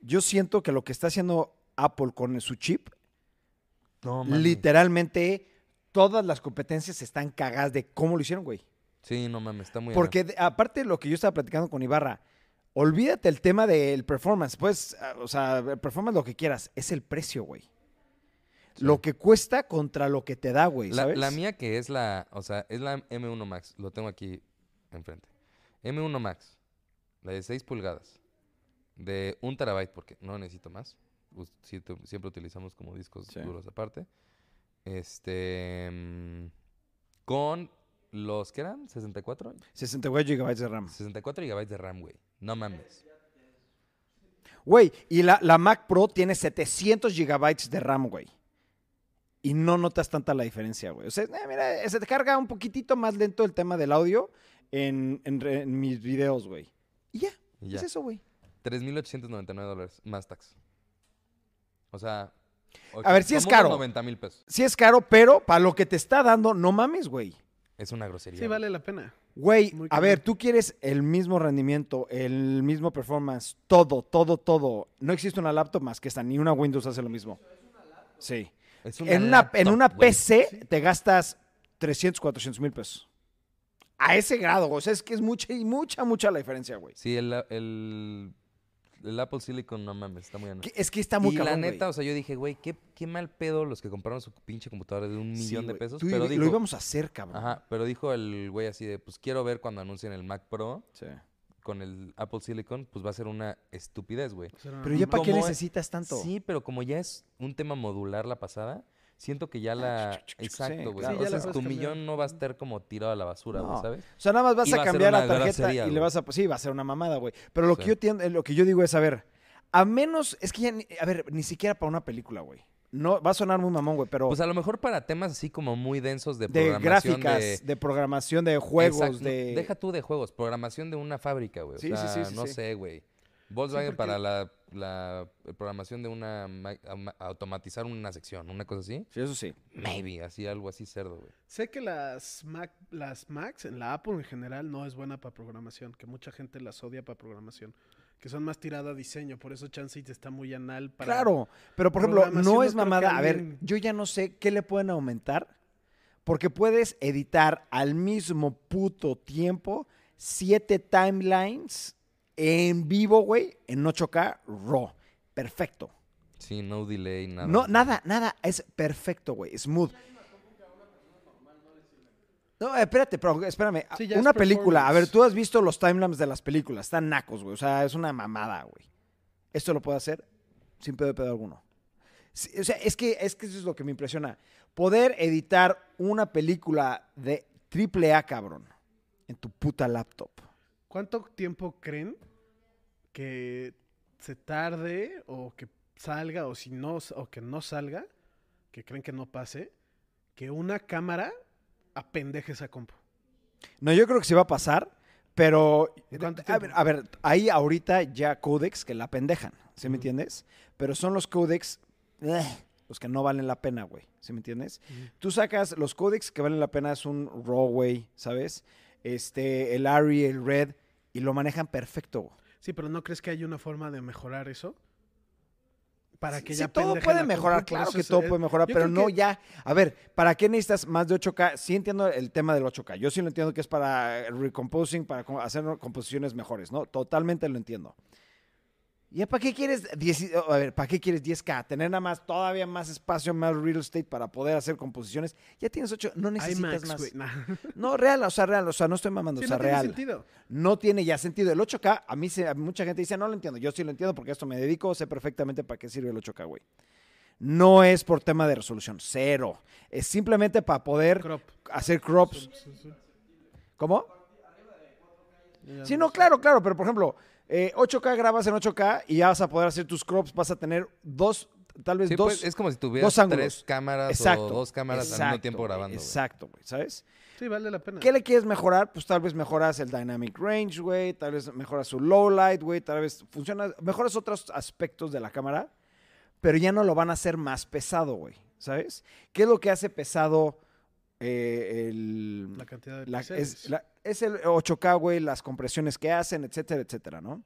yo siento que lo que está haciendo Apple con su chip, No literalmente todas las competencias están cagadas de cómo lo hicieron, güey. Sí, no mames, está muy... Porque de- aparte de lo que yo estaba platicando con Ibarra, olvídate el tema del performance. Pues, ah, o sea, el performance lo que quieras, es el precio, güey. Lo que cuesta contra lo que te da, güey. La, ¿sabes? la mía que es la, o sea, es la M1 Max, lo tengo aquí enfrente. M1 Max, la de 6 pulgadas, de 1 terabyte, porque no necesito más. Us- si tu- siempre utilizamos como discos Sí. duros aparte. Este, mm, con los, ¿qué eran? ¿64? 64 GB de RAM. 64 gigabytes de RAM, güey. No mames. Güey, y la, la Mac Pro tiene 700 gigabytes de RAM, güey. Y no notas tanta la diferencia, güey. O sea, eh, mira, se te carga un poquitito más lento el tema del audio en, en re- en mis videos, güey. Y ya, Y ya. es eso, güey. 3.899 dólares más tax. O sea... A ver, sí es caro. 90 mil pesos. Sí es caro, pero para lo que te está dando, no mames, güey. Es una grosería. Sí, güey. vale la pena. Güey, Muy a caro. ver, tú quieres el mismo rendimiento, el mismo performance, todo, todo, todo. No existe una laptop más que esta, ni una Windows hace lo mismo. Sí. Es en una, en laptop, una güey. PC te gastas 300, 400 mil pesos. A ese grado, o sea, es que es mucha y mucha, mucha la diferencia, güey. Sí, el, el, el Apple Silicon, no mames, está muy ano. Que- Es que está muy y cabrón, la neta, güey. o sea, yo dije, güey, qué, qué mal pedo los que compraron su pinche computadora de un Sí, millón de güey. pesos. Tú y- pero dijo, lo íbamos a hacer, cabrón. Ajá, pero dijo el güey así de, pues quiero ver cuando anuncien el Mac Pro Sí. con el Apple Silicon, pues va a ser una estupidez, güey. O sea, Pero ya para qué Como es- necesitas tanto. Sí, pero como ya es un tema modular la pasada, siento que Ah, ya la... ch, ch, ch, sí, Exacto, güey. claro. o Sí, ya sea, la tu puedes cambiar. millón no va a estar como tirado a la basura, güey, No. ¿sabes? O sea, nada más vas Iba a a ser cambiar la una tarjeta grosería, y le güey. vas a. pues Sí, va a ser una mamada, güey. Pero lo Sí. que yo tiendo- eh, lo que yo digo es, a ver, a menos, es que ya, ni- a ver, ni siquiera para una película, güey. No, va a sonar muy mamón, güey, pero Pues a lo mejor para temas así como muy densos de de programación gráficas, de... de- programación, de juegos, Exacto, no, de. Deja tú de juegos, programación de una fábrica, güey. O Sí, sí, sea, sí, sí, no sí. sé, güey. Volkswagen porque- para la, la programación de una... ma- ama- automatizar una sección, una cosa así. Sí, eso sí. Maybe, así, algo así cerdo, güey. Sé que las Mac, las Macs, en la Apple en general, no es buena para programación, que mucha gente las odia para programación, que son más tirada a diseño, por eso Chance It está muy anal para Claro, pero por ejemplo, programación no no es creo que mamada. A ver, alguien- yo ya no sé qué le pueden aumentar Porque puedes editar al mismo puto tiempo siete timelines en vivo, güey, en 8K RAW. Perfecto. Sí, no delay, nada. No, nada, nada. Es perfecto, güey. Smooth. No, espérate, pero espérame. Sí, ya es una película. A ver, performance. tú has visto los timelines de las películas. Están nacos, güey. O sea, es una mamada, güey. Esto lo puedo hacer sin pedo de pedo alguno. Sí, o sea, es que, es que eso es lo que me impresiona. Poder editar una película de triple A, cabrón, en tu puta laptop. ¿Cuánto tiempo creen que se tarde o que salga o si no s- o que no salga, que creen que no pase, que una cámara apendeje esa compu? No, yo creo que sí va a pasar, pero... ¿Cuánto A tiempo? ver, a ver, hay ahorita ya códex que la pendejan, ¿sí me entiendes? Pero son los códex... eh, los que no valen la pena, güey, ¿sí me entiendes? Tú sacas los códex que valen la pena, es un raw, güey, ¿sabes? Este, el ARRI, el Red, y lo manejan perfecto, güey. Sí, pero ¿no crees que hay una forma de mejorar eso? Para que Sí, ya todo apendeje puede la mejorar, compu, claro eso que es- todo eh, puede mejorar, yo pero creo no que- ya. A ver, ¿para qué necesitas más de 8K? Sí entiendo el tema del 8K. Yo sí lo entiendo que es para recomposing, para co- hacer composiciones mejores, ¿no? Totalmente lo entiendo. ¿Ya para qué quieres 10, a ver, para qué quieres 10K? Tener nada más todavía más espacio, más real estate para poder hacer composiciones. Ya tienes 8, no necesitas IMAX, más. güey, nah. No, real, o sea, real, o sea, no estoy mamando, Sí, o sea, no tiene real sentido. no tiene ya sentido. El 8K, a mí se- a mucha gente dice, no lo entiendo. Yo sí lo entiendo porque a esto me dedico, sé perfectamente para qué sirve el 8K, güey. No es por tema de resolución, cero. Es simplemente para poder Crop. hacer crops. ¿Cómo? Ya Sí, no no, claro, claro, pero por ejemplo, eh, 8K grabas en 8K y ya vas a poder hacer tus crops, vas a tener dos, tal vez Sí, dos. pues, es como si tuvieras ángulos. tres cámaras exacto. o dos cámaras al mismo exacto, tiempo güey, grabando. güey. Exacto, güey, ¿sabes? Sí, vale la pena. ¿Qué le quieres mejorar? Pues tal vez mejoras el dynamic range, güey. Tal vez mejoras su low light, güey. Tal vez funciona, mejoras otros aspectos de la cámara, pero ya no lo van a hacer más pesado, güey. ¿Sabes? ¿Qué es lo que hace pesado eh, el, La cantidad de la- píxeles. es, la- es el 8K, güey, las compresiones que hacen, etcétera, etcétera, ¿no?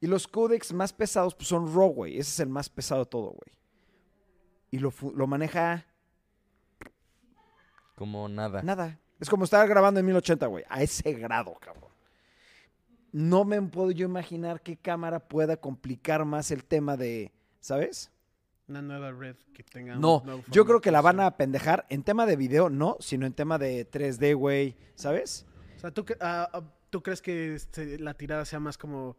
Y los códecs más pesados pues, son RAW, güey. Ese es el más pesado de todo, güey. Y lo, fu- lo maneja Como nada. Nada. Es como estar grabando en 1080, güey. A ese grado, cabrón. No me puedo yo imaginar qué cámara pueda complicar más el tema de, ¿sabes? Una nueva red que tenga un No, nuevo yo creo que la van formato, a pendejar en tema de video, no, sino en tema de 3D, güey, ¿sabes? sí. O sea, ¿tú, cre- ah, ah, ¿tú crees que este, la tirada sea más como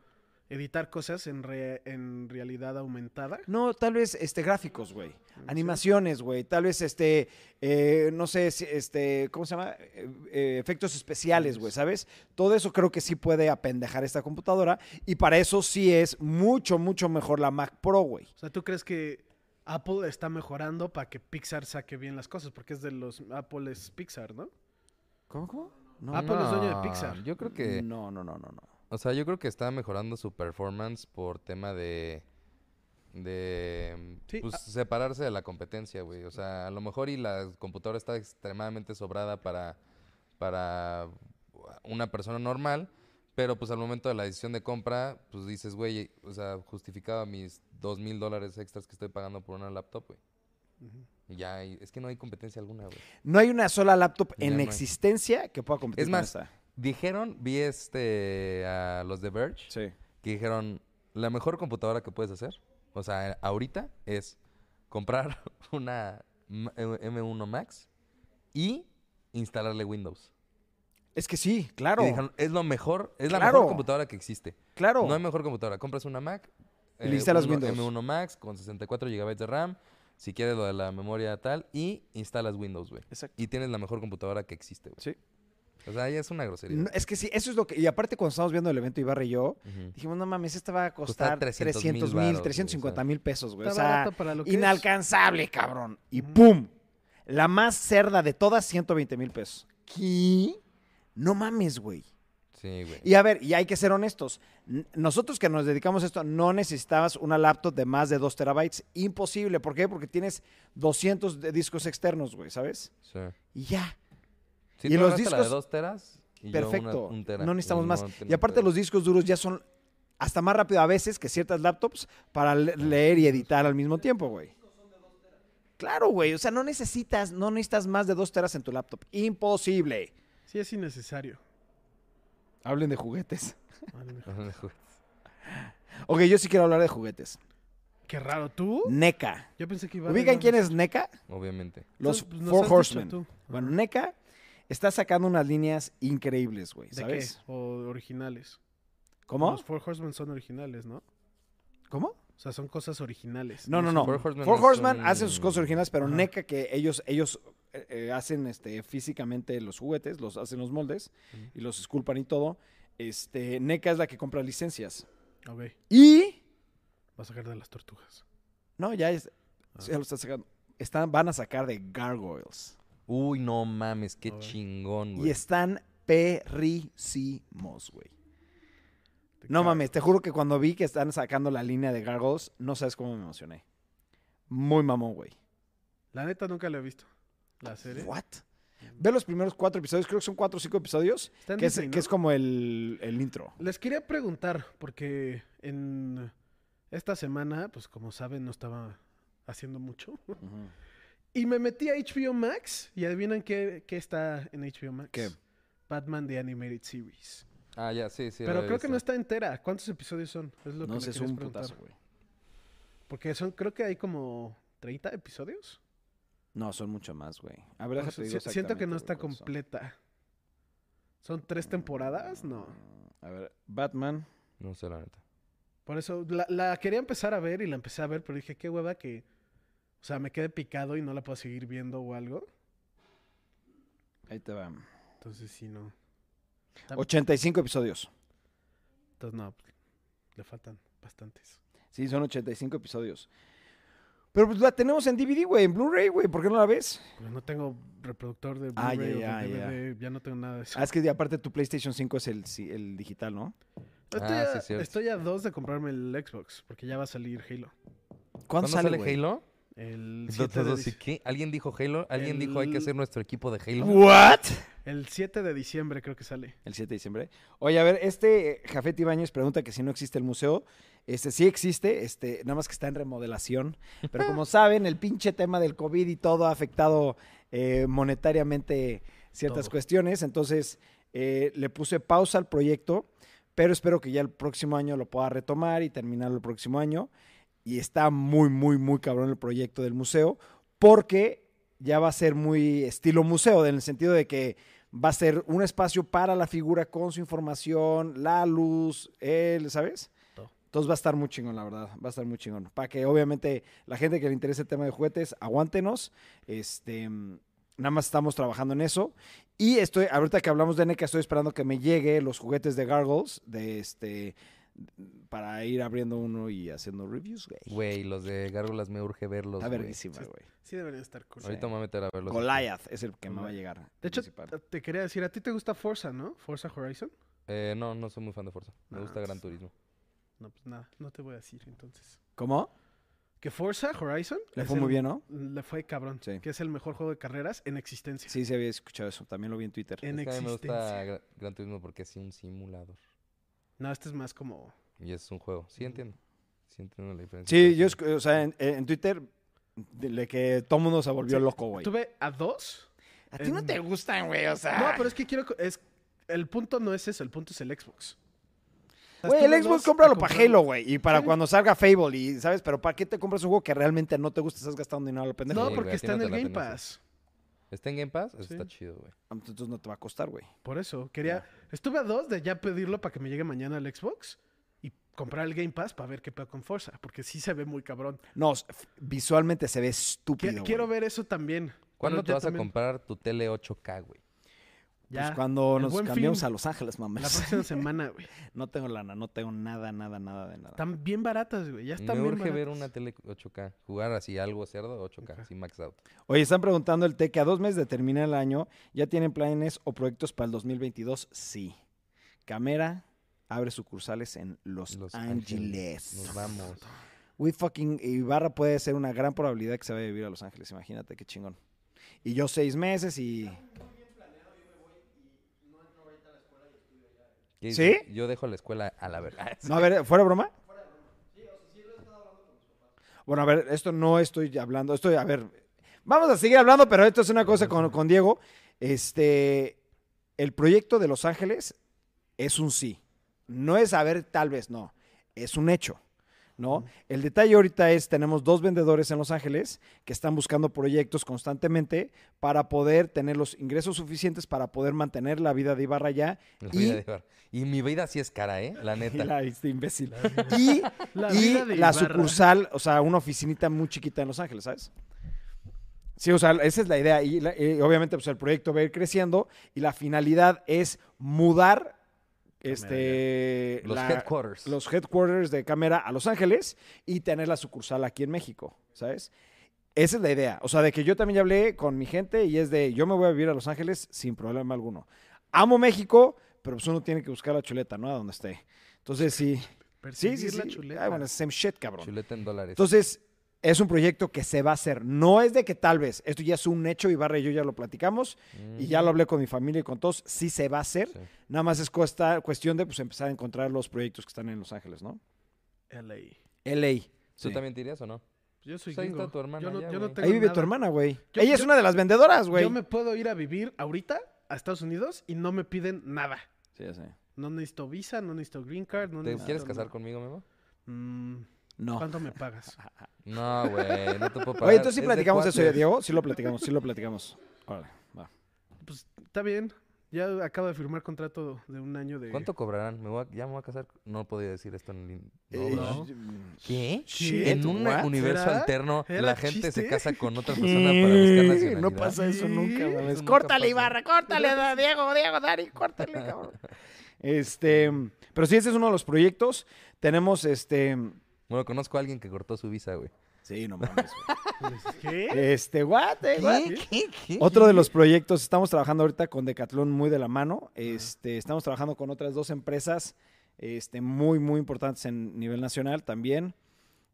editar cosas en, re- en realidad aumentada? No, tal vez este gráficos, güey. ¿En Animaciones, güey. Tal vez este, eh, no sé, si- este, ¿cómo se llama? Eh, eh, efectos especiales, güey, ¿sabes? Todo eso creo que sí puede apendejar esta computadora. Y para eso sí es mucho, mucho mejor la Mac Pro, güey. O sea, ¿tú crees que Apple está mejorando para que Pixar saque bien las cosas? Porque es de los Apple es Pixar, ¿no? ¿Cómo, cómo? No, Ah, Apple es dueño de Pixar. pues, Yo creo que. no, no, no, no, no. O sea, yo creo que está mejorando su performance por tema de. de. Sí, pues, ah. separarse de la competencia, güey. O sea, a lo mejor y la computadora está extremadamente sobrada para. para una persona normal. Pero pues al momento de la decisión de compra, pues dices, güey, o sea, justificaba mis dos mil dólares extras que estoy pagando por una laptop, güey. Y Ya, hay- es que no hay competencia alguna, güey. No hay una sola laptop Ya en no hay. existencia que pueda competir Es más, con esta. Dijeron, vi este a los de Verge. Sí. que dijeron, la mejor computadora que puedes hacer, o sea, eh, ahorita es comprar una M- M1 Max y instalarle Windows. Es que sí, Y claro. dijeron, es lo mejor, es la Claro. mejor computadora que existe. Claro. No hay mejor computadora. Compras una Mac, eh, Y le instalas uno- Windows. M1 Max con 64 GB de RAM, si quieres lo de la memoria tal, y instalas Windows, güey. Exacto. Y tienes la mejor computadora que existe, güey. Sí. O sea, ya es una grosería. No, es que sí, eso es lo que. Y aparte, cuando estábamos viendo el evento Ibarra y yo, Ujú. dijimos, no mames, esta va a costar 300,000 300 varos, mil, güey, 350 ¿sabes? mil pesos, güey. Está O sea, barato para lo que es. inalcanzable, cabrón. Y ¡pum! La más cerda de todas, 120 mil pesos. ¿Qué? No mames, güey. Sí, güey. Y a ver, y hay que ser honestos. n- Nosotros que nos dedicamos a esto, no necesitabas una laptop de más de 2 terabytes. Imposible. ¿Por qué? Porque tienes 200 de discos externos, güey, ¿sabes? Sí. Y ya. Sí, tú Y los agarraste la de discos- dos teras. y yo una- Perfecto. un tera, no necesitamos y más. no y tenemos aparte pedo. los discos duros ya son hasta más rápido a veces que ciertas laptops para le- leer y editar al mismo tiempo, güey. Claro, güey. O sea, no necesitas, no necesitas más de dos teras en tu laptop. Imposible. Sí es innecesario. Hablen de juguetes. Vale, Ok, yo sí quiero hablar de juguetes. Qué raro. ¿Tú? NECA. Yo pensé que iba a... ¿Ubican quién es NECA? Obviamente. Los Entonces, pues, nos Four has dicho tú. Horsemen. Bueno, NECA está sacando unas líneas increíbles, güey. ¿De ¿Sabes? qué? O originales. ¿Cómo? Los Four Horsemen son originales, ¿no? ¿Cómo? O sea, son cosas originales. No, no, no. Four Four Horsemen Horsemen, es un- hace sus cosas originales, pero Ajá. NECA, que ellos, ellos eh, eh, hacen este, físicamente los juguetes, los hacen los moldes Ujú. y los esculpan y todo. Este, NECA es la que compra licencias. "Ah, Ok, Y. va a sacar de las tortugas. No, ya, es- Ah. ya lo está sacando. Están, van a sacar de Gargoyles. Uy, no mames, qué A ver. chingón, Y güey. están perrísimos, güey. Te No cago. mames, te juro que cuando vi que están sacando la línea de Gargoyles, no sabes cómo me emocioné. Muy mamón, güey. La neta nunca la he visto. La serie. What? Ve los primeros cuatro episodios, creo que son cuatro o cinco episodios, Está en que es, Disney, que ¿no? es como el, el intro. Les quería preguntar, porque en esta semana, pues como saben, no estaba haciendo mucho. Y me metí a HBO Max y adivinan qué, qué está en HBO Max. ¿Qué? Batman The Animated Series. Ah, ya, sí, sí. Pero la creo que no vista. está entera. ¿Cuántos episodios son? Es lo No que sé, le es querías un preguntar. putazo, güey. Porque son, creo que hay como 30 episodios. No, son mucho más, güey. A ver, O déjate sea, digo si- siento que no exactamente, está güey, cuántos son. completa. ¿Son tres temporadas? No. A ver, Batman. No sé, la neta. Por eso la, la quería empezar a ver y la empecé a ver, pero dije, qué hueva que. O sea, me quedé picado y no la puedo seguir viendo o algo. Ahí te va. Entonces, sí, no. 85 episodios. Entonces, no. Le faltan bastantes. Sí, son 85 episodios. Pero pues la tenemos en DVD, güey, en Blu-ray, güey. ¿Por qué no la ves? Pero no tengo reproductor de Ah, ya, Blu-ray o de ya, ya. DVD, ya no tengo nada de eso. Ah, es que aparte tu PlayStation 5 es el, sí, el digital, ¿no? Estoy, Ah, a, sí, es cierto. estoy a dos de comprarme el Xbox, porque ya va a salir Halo. ¿Cuándo sale, güey? Halo? El Dos, 7 dos, de, dos, ¿y dic- qué? ¿Alguien dijo Halo? ¿Alguien dijo hay que El- hacer nuestro equipo de Halo? ¿What? el 7 de diciembre creo que sale. El 7 de diciembre. Oye, a ver, este eh, Jafet Ibáñez pregunta que si no existe el museo. Este sí existe, este, nada más que está en remodelación. Pero como saben, el pinche tema del COVID y todo ha afectado eh, monetariamente ciertas Todo. cuestiones. Entonces, eh, le puse pausa al proyecto, pero espero que ya el próximo año lo pueda retomar y terminarlo el próximo año. Y está muy, muy, muy cabrón el proyecto del museo, porque ya va a ser muy estilo museo, en el sentido de que va a ser un espacio para la figura con su información, la luz, él, ¿sabes? Todo. Entonces va a estar muy chingón, la verdad, va a estar muy chingón. Para que obviamente la gente que le interese el tema de juguetes, aguántenos. Este, mm, nada más estamos trabajando en eso. Y estoy, ahorita que hablamos de NECA, estoy esperando que me llegue los juguetes de Gargoyles, de este, para ir abriendo uno y haciendo reviews, güey. Güey, los de Gárgolas me urge verlos. Está güey. verguísima, Sí. güey. Sí deberían estar cool. Ahorita me voy a meter a verlos. Goliath es el que me va a Goliath. llegar. De hecho, principal. te- te quería decir, a ti te gusta Forza, ¿no? Forza Horizon. Eh, no, no soy muy fan de Forza. Me Ah, gusta Gran sí. Turismo. No, pues nada, no te voy a decir entonces. ¿Cómo? Que Forza Horizon. Le es fue muy el- bien, ¿no? Le fue cabrón. Sí. Que es el mejor juego de carreras en existencia. Sí, se había escuchado eso. También lo vi en Twitter. En Es que a mí me gusta existencia. Gra- Gran Turismo porque es un simulador. No, este es más como. Y es un juego. Sí entiendo. Sí entiendo la diferencia. pero Sí, yo, escu- o sea, en, en Twitter, de de que todo el mundo se volvió Sí, loco, güey. Tuve a dos. A ti no en- te gustan, güey, o sea. No, pero es que quiero. co- Es, el punto no es eso, el punto es el Xbox. O sea, Güey, estuve el Xbox dos a cómpralo para comprarlo. Halo, güey. Y para Sí. cuando salga Fable, y ¿sabes? Pero ¿para qué te compras un juego que realmente no te gusta? Estás gastando dinero a lo pendejo. No, Sí, porque güey, a ti está en no el te Game laten esos. Pass. ¿Está en Game Pass? Eso Sí. está chido, güey. Entonces no te va a costar, güey. Por eso, quería. Estuve a dos de ya pedirlo para que me llegue mañana el Xbox y comprar el Game Pass para ver qué pedo con Forza, porque sí se ve muy cabrón. No, s- f- visualmente se ve Que- estúpido. quiero güey. ver eso también. ¿Cuándo pero te ya vas a también- comprar tu tele 8K, güey? Pues Ya, cuando el nos Buen cambiamos Fin. a Los Ángeles, la mames. próxima semana, güey. No tengo lana, no tengo nada, nada, nada de nada. Están bien baratas, güey. Ya están me bien urge ver baratas. una tele 8K. Jugar así algo cerdo 8K, Ok. así max out. Oye, están preguntando el T que a dos meses de terminar el año, ¿ya tienen planes o proyectos para el 2022? Sí. Camera abre sucursales en Los, Los Ángeles. Ángeles. Nos vamos. We fucking Ibarra puede ser una gran probabilidad que se vaya a vivir a Los Ángeles, imagínate qué chingón. Y yo seis meses y... ¿Qué ¿Sí? dices? Yo dejo la escuela a la verdad. No, a ver, ¿fuera broma? Bueno, a ver, esto no estoy hablando, estoy, a ver, Vamos a seguir hablando, pero esto es una cosa con, con Diego. Este, el proyecto de Los Ángeles es un sí. No es saber tal vez, no. Es un hecho, ¿no? El detalle ahorita es, tenemos dos vendedores en Los Ángeles que están buscando proyectos constantemente para poder tener los ingresos suficientes para poder mantener la vida de Ibarra ya. La y- vida de Ibarra. Y mi vida sí es cara, ¿eh? La y neta. la este imbécil. Y La y vida de la Ibarra. sucursal, o sea, una oficinita muy chiquita en Los Ángeles, ¿sabes? Sí, o sea, esa es la idea. Y, la- y obviamente, pues el proyecto va a ir creciendo y la finalidad es mudar este, Los la- headquarters. los headquarters de cámara a Los Ángeles y tener la sucursal aquí en México, ¿sabes? Esa es la idea. O sea, de que yo también ya hablé con mi gente y es de yo me voy a vivir a Los Ángeles sin problema alguno. Amo México, pero pues uno tiene que buscar la chuleta, ¿no? A donde esté. Entonces, sí. Sí, Perseguir sí, sí. la chuleta. Ay, bueno, same shit, cabrón. Chuleta en dólares. Entonces, es un proyecto que se va a hacer. No es de que tal vez, esto ya es un hecho, Ibarra y yo ya lo platicamos y ya lo hablé con mi familia y con todos, sí se va a hacer. Mm. Sí. Nada más es cuesta- cuestión de pues, empezar a encontrar los proyectos que están en Los Ángeles, ¿no? LA. LA. ¿Tú Sí. también te irías o no? Yo soy Pues ahí gringo. está tu hermana Yo no, ya, yo no güey. tengo Ahí vive nada. tu hermana, güey. Yo- Ella es yo- una de las vendedoras, güey. Yo me puedo ir a vivir ahorita a Estados Unidos y no me piden nada. Sí, ya sé. No necesito visa, no necesito green card, no ¿Te necesito quieres casar nada. conmigo, Memo? Mm, No. ¿Cuánto me pagas? No, güey, no te puedo pagar. Oye, entonces sí Es de platicamos eso, ¿eh, cuates. Diego. Sí lo platicamos, sí lo platicamos. Órale, va. Pues está bien. Ya acabo de firmar contrato de un año de. ¿Cuánto cobrarán? ¿Me voy a- ¿Ya me voy a casar? No podía decir esto en el... in- No, Eh, ¿verdad? ¿Qué? Shit, en un what? universo ¿Era? alterno, ¿Era la gente se chiste? casa con otra persona para buscar nacionalidad. Eh, No pasa eso Sí, nunca, mames. eso nunca Córtale, pasa. Ibarra, córtale, da- Diego, Diego, Dari, córtale, cabrón. Este, pero sí, ese es uno de los proyectos. Tenemos este. Bueno, conozco a alguien que cortó su visa, güey. Sí, no mames. ¿Qué? Este, what, eh, what? ¿Qué? ¿Qué? Otro de los proyectos, estamos trabajando ahorita con Decathlon muy de la mano. Este, estamos trabajando con otras dos empresas este, muy, muy importantes en nivel nacional también.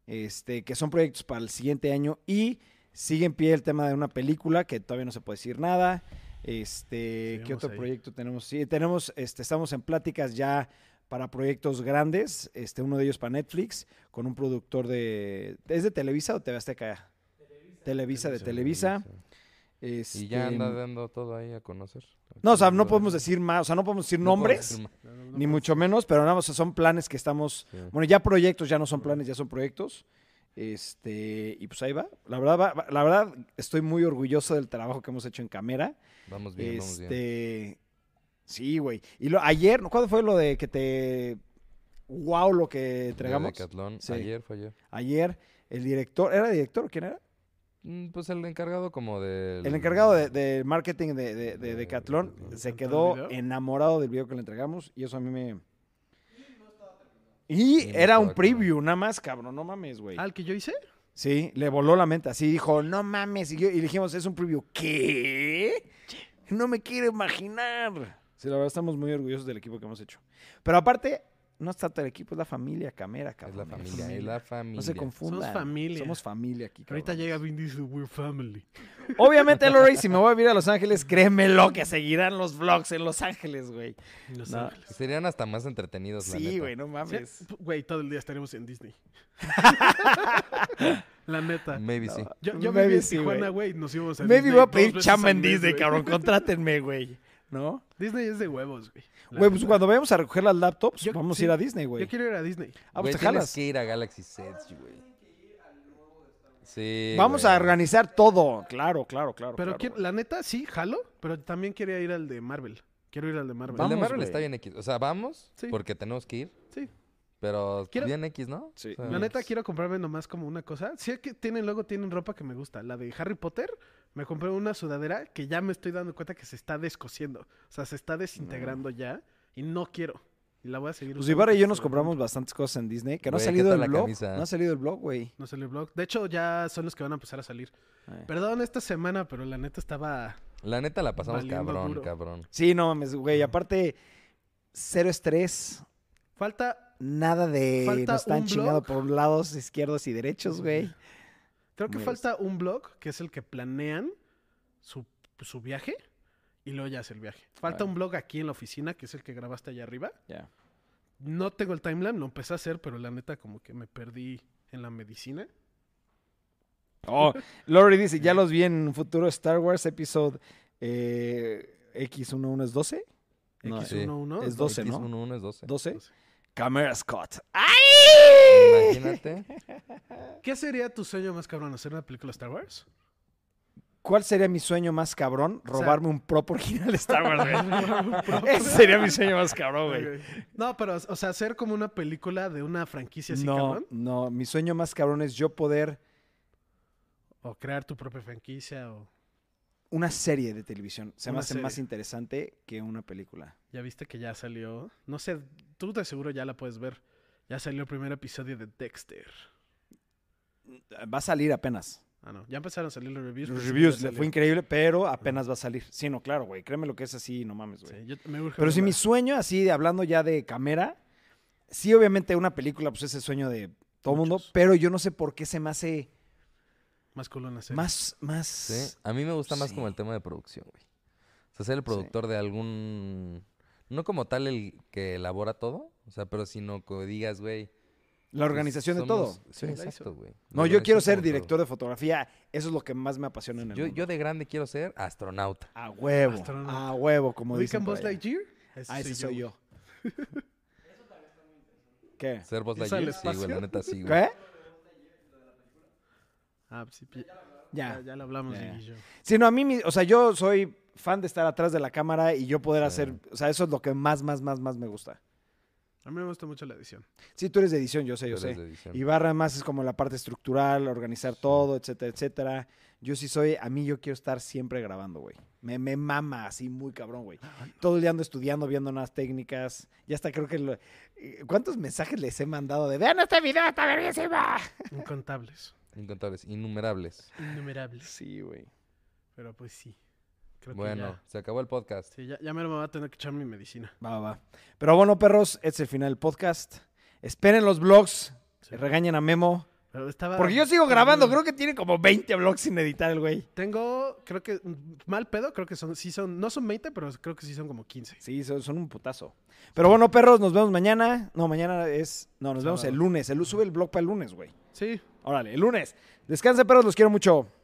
Este, que son proyectos para el siguiente año. Y sigue en pie el tema de una película que todavía no se puede decir nada. Este, ¿qué Seguimos otro ahí. proyecto tenemos? Sí, tenemos, este, estamos en pláticas ya para proyectos grandes. Este, uno de ellos para Netflix, con un productor de. ¿Es de Televisa o TV Azteca? Televisa, de Televisa. Y ya Este, anda dando todo ahí a conocer. no, o sea, no podemos decir más, o sea, no podemos decir No podemos nombres, decir más. ni mucho menos, pero nada más son planes que estamos, Sí. bueno, ya proyectos, ya no son planes, ya son proyectos. Este, y pues ahí va. La verdad, va- va- la verdad estoy muy orgulloso del trabajo que hemos hecho en Camera. Vamos Pues bien, vamos bien. este, sí, güey. Y lo, ayer, ¿no? ¿cuándo fue lo de que te wow lo que entregamos? De Decathlon, Sí. ayer fue ayer. Ayer el director, ¿era director? ¿Quién era? Mm, Pues el encargado como del... El encargado de, de marketing de, de, de de Decathlon Decathlon. se ¿Tanto quedó video? enamorado del video que le entregamos y eso a mí me... Y Y no era estaba un terminado. preview, nada más, cabrón, no mames, güey. ¿Al Ah, que yo hice? Sí, le voló la mente, así dijo, no mames, y, yo- y dijimos, es un preview, ¿qué? No me quiero imaginar. Sí, la verdad estamos muy orgullosos del equipo que hemos hecho. Pero aparte, no es tanto el equipo, es la familia Camera, Es cabrón. la familia, es la familia. No se confundan. familia. Somos familia aquí, cabrón. Ahorita llega Vin Diesel, we're family. Obviamente, Lori, si me voy a vivir a Los Ángeles, créemelo que seguirán los vlogs en Los Ángeles, güey. Y Los No. Ángeles. Serían hasta más entretenidos, la Sí, neta. güey, no mames. Sí, Güey, todo el día estaremos en Disney. La neta. Maybe sí. Yo, yo Maybe viví en sí, Tijuana, güey, nos íbamos a Maybe Disney voy a dos pedir veces chamba al en mes, Disney, güey. cabrón. Contrátenme, güey. ¿No? Disney es de huevos, güey. La Güey, pues neta. cuando vayamos a recoger las laptops, Yo- vamos sí. a ir a Disney, Yo güey. quiero ir a Disney. Ah, Güey, pues te tienes jalas. que ir a Galaxy Sets, güey. Sí, Vamos güey. a organizar todo. Claro, claro, claro. Pero claro, quiero- güey. la neta, sí, jalo, pero también quería ir al de Marvel. Quiero ir al de Marvel. El de Vamos, Marvel güey. está bien X. O sea, vamos Sí. porque tenemos que ir, Sí. pero Quiero- bien X, ¿no? Sí. O sea, La neta, quiero comprarme nomás como una cosa. Sí, que tienen, luego tienen ropa que me gusta. La de Harry Potter, me compré una sudadera que ya me estoy dando cuenta que se está descosiendo. O sea, se está desintegrando ya y no quiero. Y la voy a seguir. Mm. Pues usando Ibarra y yo hasta nos la compramos punta. bastantes cosas en Disney. Que no ha Güey, ¿qué salido tal el la blog. camisa? No ha salido el blog, güey. No sale el blog. De hecho, ya son los que van a empezar a salir. Ay. Perdón, esta semana, pero la neta estaba. La neta la pasamos Valiendo cabrón, duro. cabrón. Sí, no mames, güey. Aparte, cero estrés. Falta. Nada de. Falta nos están un chingando blog. por lados izquierdos y derechos, güey. Creo que Me falta un blog que es el que planean su, su viaje y luego ya es el viaje. Falta Vale. un blog aquí en la oficina que es el que grabaste allá arriba. No tengo el timeline, lo empecé a hacer, pero la neta como que me perdí en la medicina. Oh, Lori dice, ya los vi en un futuro Star Wars eh, episodio X1112. No, X- X11. es 12, ¿no? 1 es 12. 12. 12. Camera Scott. ¡Ay! Imagínate. ¿Qué sería tu sueño más cabrón? ¿Hacer una película de Star Wars? ¿Cuál sería mi sueño más cabrón? O sea- Robarme un prop original de Star Wars, güey. Ese sería mi sueño más cabrón, güey. No, pero, o sea, hacer como una película de una franquicia así, No, cabrón. no, mi sueño más cabrón es yo poder O crear tu propia franquicia o... una serie de televisión. Se me Una hace serie. más interesante que una película. Ya viste que ya salió. No sé, tú de seguro ya la puedes ver. Ya salió el primer episodio de Dexter. Va a salir apenas. Ah, no. Ya empezaron a salir los reviews. Los pero sí, ya reviews le salió. fue increíble, pero apenas va a salir. Sí, no, claro, güey. Créeme lo que es así, no mames, güey. Sí, yo- me urge Pero si verla. mi sueño, así, de- hablando ya de cámara, sí, obviamente una película, pues es el sueño de todo mundo, Muchos. pero yo no sé por qué se me hace Más cool una serie. más, más... Sí, a mí me gusta más como Sí. el tema de producción, güey. O sea, ser el productor de algún... No como tal el que elabora todo, o sea, pero sino que digas, güey... La organización pues, de todo. somos- Sí, Sí, la exacto, hizo. güey. La No, yo quiero organización ser como todo. director de fotografía. Eso es lo que más me apasiona en el Yo, mundo. yo de grande quiero ser astronauta. A huevo, Astronauta. a huevo, como dicen ¿Weekend por Buzz allá. Lightyear? Ese Ah, ese soy yo. ¿Qué? Ser voz ¿Irse al Lightyear, sí, güey, la espacio? neta sí, güey. ¿Qué? Ah, sí, pi- ya, Ya. ya lo hablamos, Ya. Iggy y yo. Sí, no, a mí, mi- o sea, yo soy fan de estar atrás de la cámara y yo poder Sí. hacer, o sea, eso es lo que más, más, más, más me gusta. A mí me gusta mucho la edición. Sí, tú eres de edición, yo sé, yo Tú eres sé. de edición. Y barra más es como la parte estructural, organizar todo, etcétera, etcétera. Yo sí soy, a mí yo quiero estar siempre grabando, güey. Me, me mama así muy cabrón, güey. Todo el día ando estudiando, viendo unas técnicas. Ya hasta creo que... lo- eh, ¿Cuántos mensajes les he mandado de vean este video, está verguísima? Incontables. Incontables, innumerables. Innumerables. Sí, güey. Pero pues sí. Creo Bueno, que ya. se acabó el podcast. Sí, ya, ya me lo voy a tener que echar mi medicina. Va, va. Pero bueno, perros, es el final del podcast. Esperen los blogs. Sí. Regañen a Memo. Pero estaba- Porque yo sigo grabando. Tengo- Creo que tiene como 20 blogs sin editar el güey. Tengo, creo que, mm, mal pedo, creo que son, sí son, no son 20, pero creo que sí son como 15. Sí, son, son un putazo. Pero bueno, perros, nos vemos mañana. No, mañana es. No, nos vemos Sábado. el lunes. El, sube el blog para el lunes, güey. Sí, Órale, el lunes. Descansen, perros, los quiero mucho.